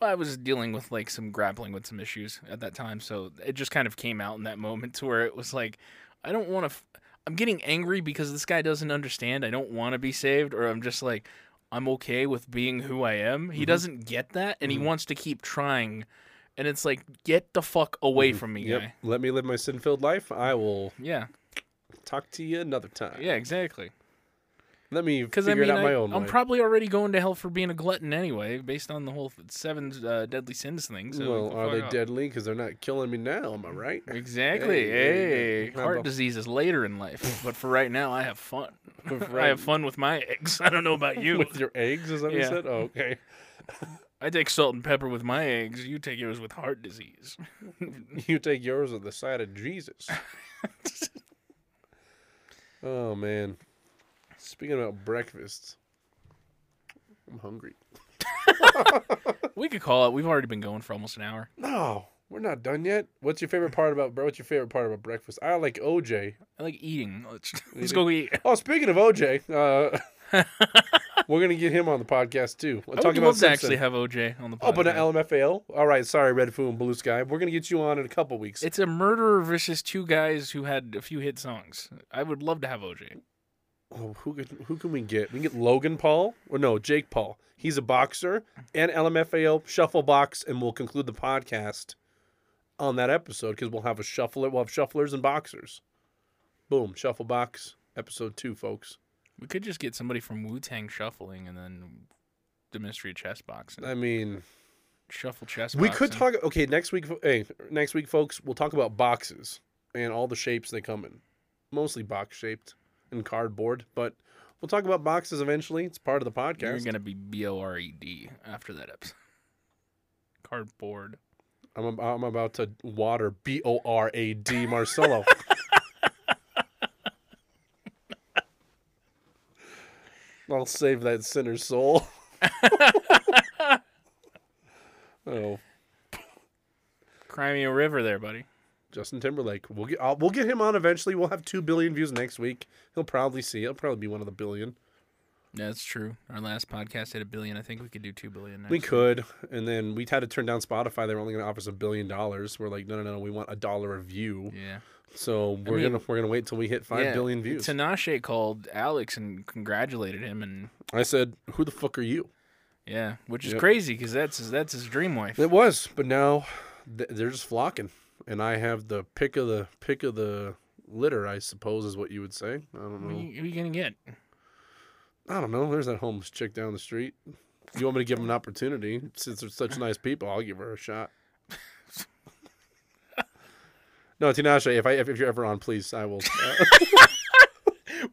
well, I was dealing with like some grappling with some issues at that time, so it just kind of came out in that moment to where it was like, I don't want to. F- I'm getting angry because this guy doesn't understand. I don't want to be saved, or I'm just like, I'm okay with being who I am. He doesn't get that, and he wants to keep trying, and it's like, get the fuck away from me, Yep. guy. Let me live my sin filled life. I will Yeah, talk to you another time. yeah, exactly. Let me Because figure I mean, it out I, my own am way. probably already going to hell for being a glutton anyway, based on the whole th- seven uh, deadly sins thing. So well, fuck are they off. deadly? Because they're not killing me now. Am I right? Exactly. Hey, Hey, hey, hey. heart Remember- disease is later in life, but for right now, I have fun. I right. have fun with my eggs. I don't know about you. With your eggs, is that what you Yeah. said? Oh, okay. I take salt and pepper with my eggs. You take yours with heart disease. You take yours on the side of Jesus. oh man. Speaking about breakfasts, I'm hungry. we could call it. We've already been going for almost an hour. No, we're not done yet. What's your favorite part about bro? What's your favorite part about breakfast? I like OJ. I like eating. Let's, let's go eat. Oh, speaking of OJ, uh, we're gonna get him on the podcast too. We'll I would love to actually have OJ on the podcast. Oh, but not LMFAO. All right, sorry, Red Food and Blue Sky. We're gonna get you on in a couple weeks. It's a murderer versus two guys who had a few hit songs. I would love to have OJ. Oh, who could, who can we get? We can get Logan Paul or no Jake Paul. He's a boxer and LMFAO shuffle box, and we'll conclude the podcast on that episode because we'll have a shuffler. We'll have shufflers and boxers. Boom, shuffle box episode two, folks. We could just get somebody from Wu Tang shuffling and then the mystery of chess boxing. I mean, Shuffle chess. we could boxing. talk. Okay, next week. fo- Hey, next week, folks, we'll talk about boxes and all the shapes they come in. Mostly box shaped and cardboard, but we'll talk about boxes eventually. It's part of the You're podcast. gonna be B O R E D after that episode. Cardboard. I'm, ab- I'm about to water B O R A D Marcelo. I'll save that sinner's soul. oh, Cry me a river, there, buddy. Justin Timberlake. We'll get I'll, we'll get him on eventually. We'll have two billion views next week. He'll probably see. He'll probably be one of the billion. That's true. Our last podcast hit a billion. I think we could do two billion. Next. We could, and then we had to turn down Spotify. They were only going to offer us a billion dollars. We're like, no, no, no. We want a dollar a view. Yeah. So we're mean- gonna we're gonna wait till we hit five Yeah, billion views. Tinashe called Alex and congratulated him, and I said, "Who the fuck are you?" yeah, which is Yep. crazy because that's his, that's his dream wife. It was, but now th- they're just flocking, and I have the pick of the pick of the litter. I suppose is what you would say. I don't Who know. you, who you gonna get? I don't know. There's that homeless chick down the street. If you want me to give them an opportunity, since they're such nice people, I'll give her a shot. No, Tinashe, if I if, if you're ever on, please, I will.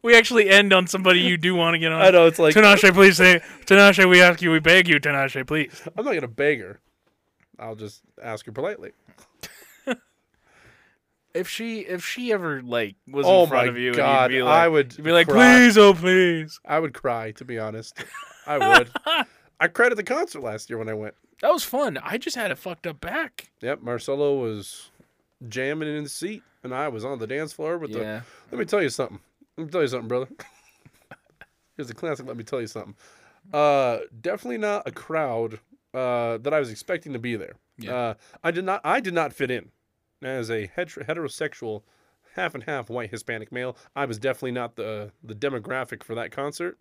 We actually end on somebody you do want to get on. I know it's like Tinashe, please say Tinashe. We ask you, we beg you, Tinashe, please. I'm not gonna beg her. I'll just ask her politely. If she, if she ever like was oh in front my of you, god, and you'd be like, I would you'd be like, cry. please, oh please. I would cry, to be honest. I would. I cried at the concert last year when I went. That was fun. I just had a fucked up back. Yep, Marcelo was jamming in his seat, and I was on the dance floor with the. Yeah, Let me tell you something. Let me tell you something, brother. Here's a classic. Let me tell you something. Uh, definitely not a crowd uh, that I was expecting to be there. Yeah. Uh, I did not. I did not fit in as a heter- heterosexual, half and half white Hispanic male. I was definitely not the the demographic for that concert,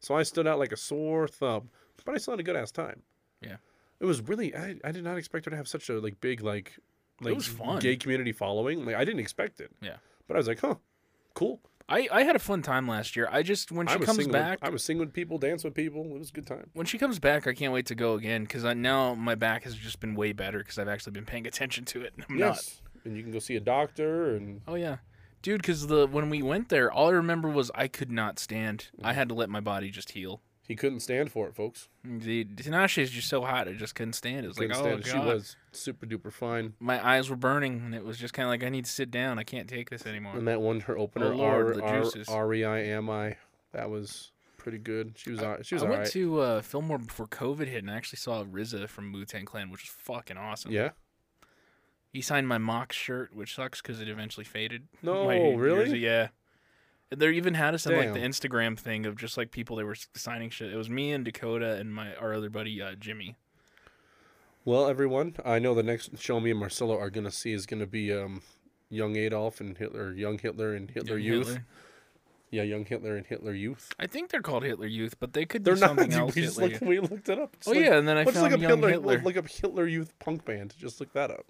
so I stood out like a sore thumb. But I still had a good ass time. Yeah. It was really I, I did not expect her to have such a like big like like was fun. gay community following. Like I didn't expect it. Yeah. But I was like, huh, cool. I, I had a fun time last year. I just when I she was comes singing with- back, I was singing with people, dance with people. It was a good time. when she comes back, I can't wait to go again because now my back has just been way better because I've actually been paying attention to it. I'm not. Yes. And you can go see a doctor and Oh yeah, dude. Because the when we went there, all I remember was I could not stand. Mm. I had to let my body just heal. he couldn't stand for it, folks. The Tinashe is just so hot. I just couldn't stand. It It was like oh Couldn't stand god, it. She was super duper fine. my eyes were burning, and it was just kind of like I need to sit down. I can't take this anymore. And that one her opener Oh, Lord, R- the R- E juices. R-E-I-M-I, That was pretty good. She was all, she was I all went right. to uh, Fillmore before COVID hit, and I actually saw RZA from Wu Tang Clan, which was fucking awesome. yeah. He signed my mock shirt, which sucks because it eventually faded. No, My really? jersey, yeah. And There even had us in like the Damn. Instagram thing of just like people they were s- signing shit. It was me and Dakota and my our other buddy uh, Jimmy. Well, everyone, I know the next show me and Marcelo are gonna see is gonna be um, young Adolf and Hitler, young Hitler and Hitler Young Youth. Hitler. Yeah, young Hitler and Hitler Youth. I think they're called Hitler Youth, but they could They're be not. something We else. just Hitler looked, Youth. we looked it up. It's Oh like- yeah, and then I Let's found look up Young Hitler. Hitler. Look up Hitler Youth punk band. Just look that up.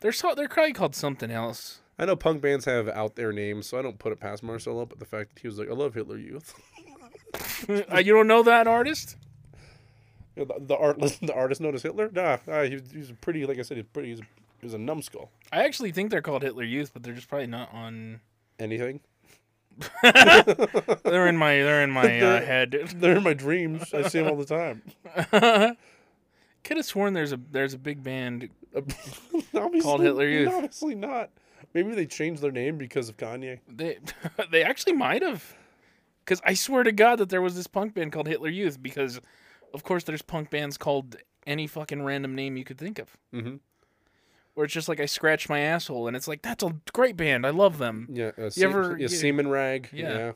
They're so they're probably called something else. I know punk bands have out their names, so I don't put it past Marcelo. But the fact that he was like, "I love Hitler Youth," Uh, you don't know that artist? You know, the, the art, the artist known as Hitler. Nah, nah he, was- he was pretty. Like I said, he's pretty. He's, he was a numbskull. I actually think they're called Hitler Youth, but they're just probably not on. Anything. They're in my they're in my uh, head. They're in my dreams. I see them all the time. Could have sworn there's a there's a big band. obviously, Hitler Youth. Obviously not. Maybe they changed their name because of Kanye. They they actually might have, because I swear to God that there was this punk band called Hitler Youth. Because, of course, there's punk bands called any fucking random name you could think of. Mhm. Where it's just like I scratch my asshole, and it's like that's a great band. I love them. Yeah, a se- ever- a you- semen rag. Yeah. Yeah.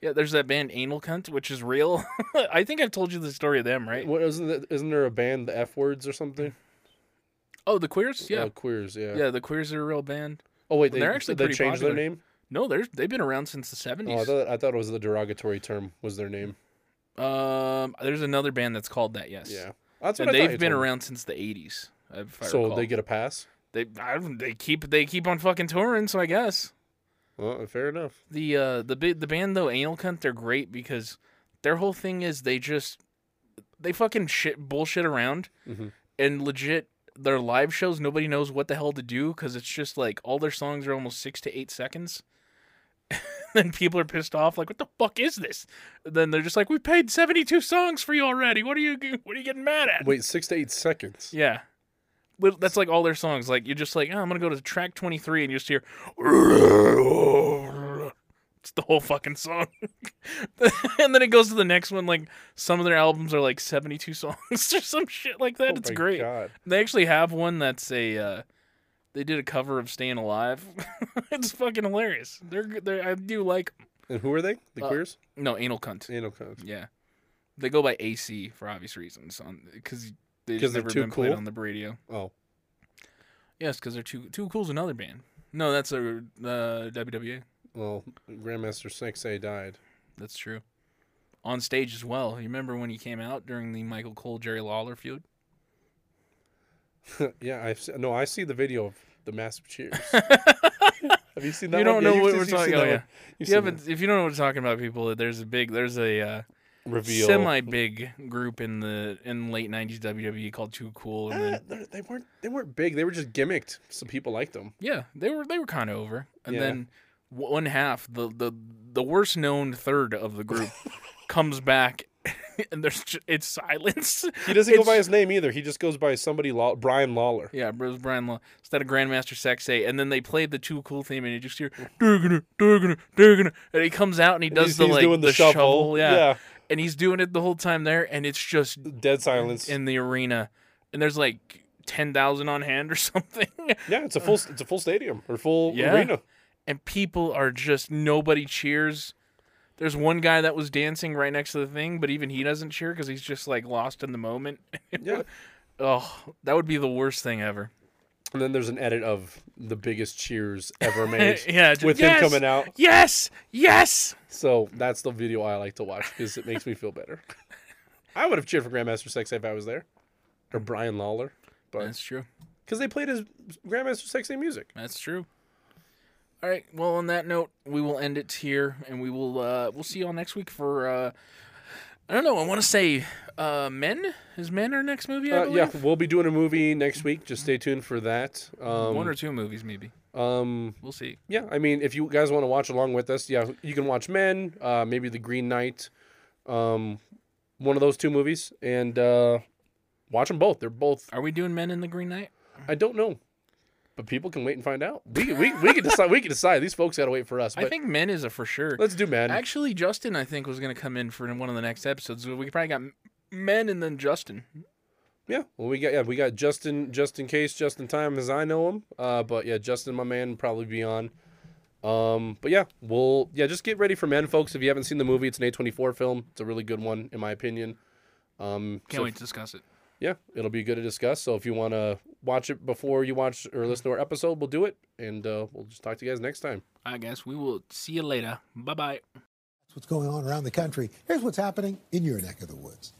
Yeah, there's that band Anal Cunt, which is real. I think I've told you the story of them, right? What isn't that, isn't there a band the F words or something? Oh, the Queers. Yeah, Oh, queers. Yeah. yeah, the Queers are a real band. Oh wait, they, They're actually they pretty changed popular. their name. No, they're they've been around since the Oh, I seventies. thought I thought it was the derogatory term was their name. um, there's another band that's called that. Yes. Yeah. That's what and I thought you they've been told me. around since the eighties. If I So recall. they get a pass. They I, don't- they keep they keep on fucking touring, so I guess Well, fair enough. the uh the big the band though Anal Cunt they're great because their whole thing is they just they fucking shit bullshit around Mhm. and legit their live shows nobody knows what the hell to do because it's just like all their songs are almost six to eight seconds. Then people are pissed off, like, "What the fuck is this?" Then they're just like, "We paid seventy-two songs for you already. What are you? What are you getting mad at?" Wait, six to eight seconds. Yeah. Lit- That's like all their songs. Like you're just like, oh, I'm gonna go to track 23, and you just hear, it's the whole fucking song, and then it goes to the next one. Like some of their albums are like 72 songs or some shit like that. Oh it's my great. God. They actually have one that's a, uh, they did a cover of "Staying Alive." it's fucking hilarious. They're, g- they're I do like And who are they? The Uh, queers? no anal cunt. Anal cunt. Yeah, they go by AC for obvious reasons on because they've 'Cause they're never too been played cool? on the radio. Oh. Yes, because they're too too cool's another band. No, that's a uh, WWE. Well, Grandmaster Sexay died. That's true. On stage as well. You remember when he came out during the Michael Cole Jerry Lawler feud? yeah, I've se- no, I see the video of the massive cheers. Have you seen that? You don't one? know you've what seen- we're you've seen talking- that oh, one. yeah. You've You seen haven't, if you don't know what we're talking about, people, there's a big, there's a uh, the reveal. semi-big group in the in late '90s WWE E called Too Cool, and Ah, then, they're- they weren't they weren't big. They were just gimmicked. Some people liked them. yeah, they were they were kind of over, and Yeah. then w- one half, the the the worst known third of the group, comes back, and there's ju- it's silence. He doesn't go It's- by his name either. He just goes by somebody Law- Brian Lawler. Yeah, it was Brian Law instead of Grandmaster Sexay, and then they played the Too Cool theme, and you just hear "Durgana, Durgana, Durgana," and he comes out and he does he's, the he's like doing the, shuffle. yeah. and he's doing it the whole time there, and it's just Dead silence. in the arena, and there's like ten thousand on hand or something, yeah, it's a full it's a full stadium or full Yeah. arena. and people are just nobody cheers. There's one guy that was dancing right next to the thing, but even he doesn't cheer because he's just like lost in the moment. Yeah. oh, that would be the worst thing ever. And then there's an edit of the biggest cheers ever made. yeah, just, With yes! him coming out. Yes, yes. So that's the video I like to watch because it makes me feel better. I would have cheered for Grandmaster Sexay if I was there, or Brian Lawler, but That's true. because they played his Grandmaster Sexay music. That's true. All right. Well, on that note, we will end it here, and we will uh, we'll see y'all next week for. Uh, I don't know. I want to say, uh, men is men our next movie. I Uh, believe. yeah, we'll be doing a movie next week. Just stay tuned for that. one Um, or two movies maybe. um, We'll see. yeah, I mean, if you guys want to watch along with us, yeah, you can watch Men, uh, maybe The Green Knight, um, one of those two movies, and uh, watch them both. They're both. Are we doing Men in the Green Knight? I don't know, but people can wait and find out. We we we can decide. We can decide. These folks gotta wait for us. I But think Men is a for sure. let's do Men. Actually, Justin I think was gonna come in for one of the next episodes. We probably got Men and then Justin. Yeah. Well, we got yeah we got Justin just in case just in time as I know him. Uh, but yeah, Justin, my man, will probably be on. Um, but yeah, we'll yeah just get ready for Men, folks. If you haven't seen the movie, it's an A24 film. It's a really good one in my opinion. Um, Can't so wait to discuss it. yeah, it'll be good to discuss. So if you want to watch it before you watch or listen to our episode, we'll do it, and uh, we'll just talk to you guys next time. I guess we will see you later. Bye bye. That's what's going on around the country. Here's what's happening in your neck of the woods.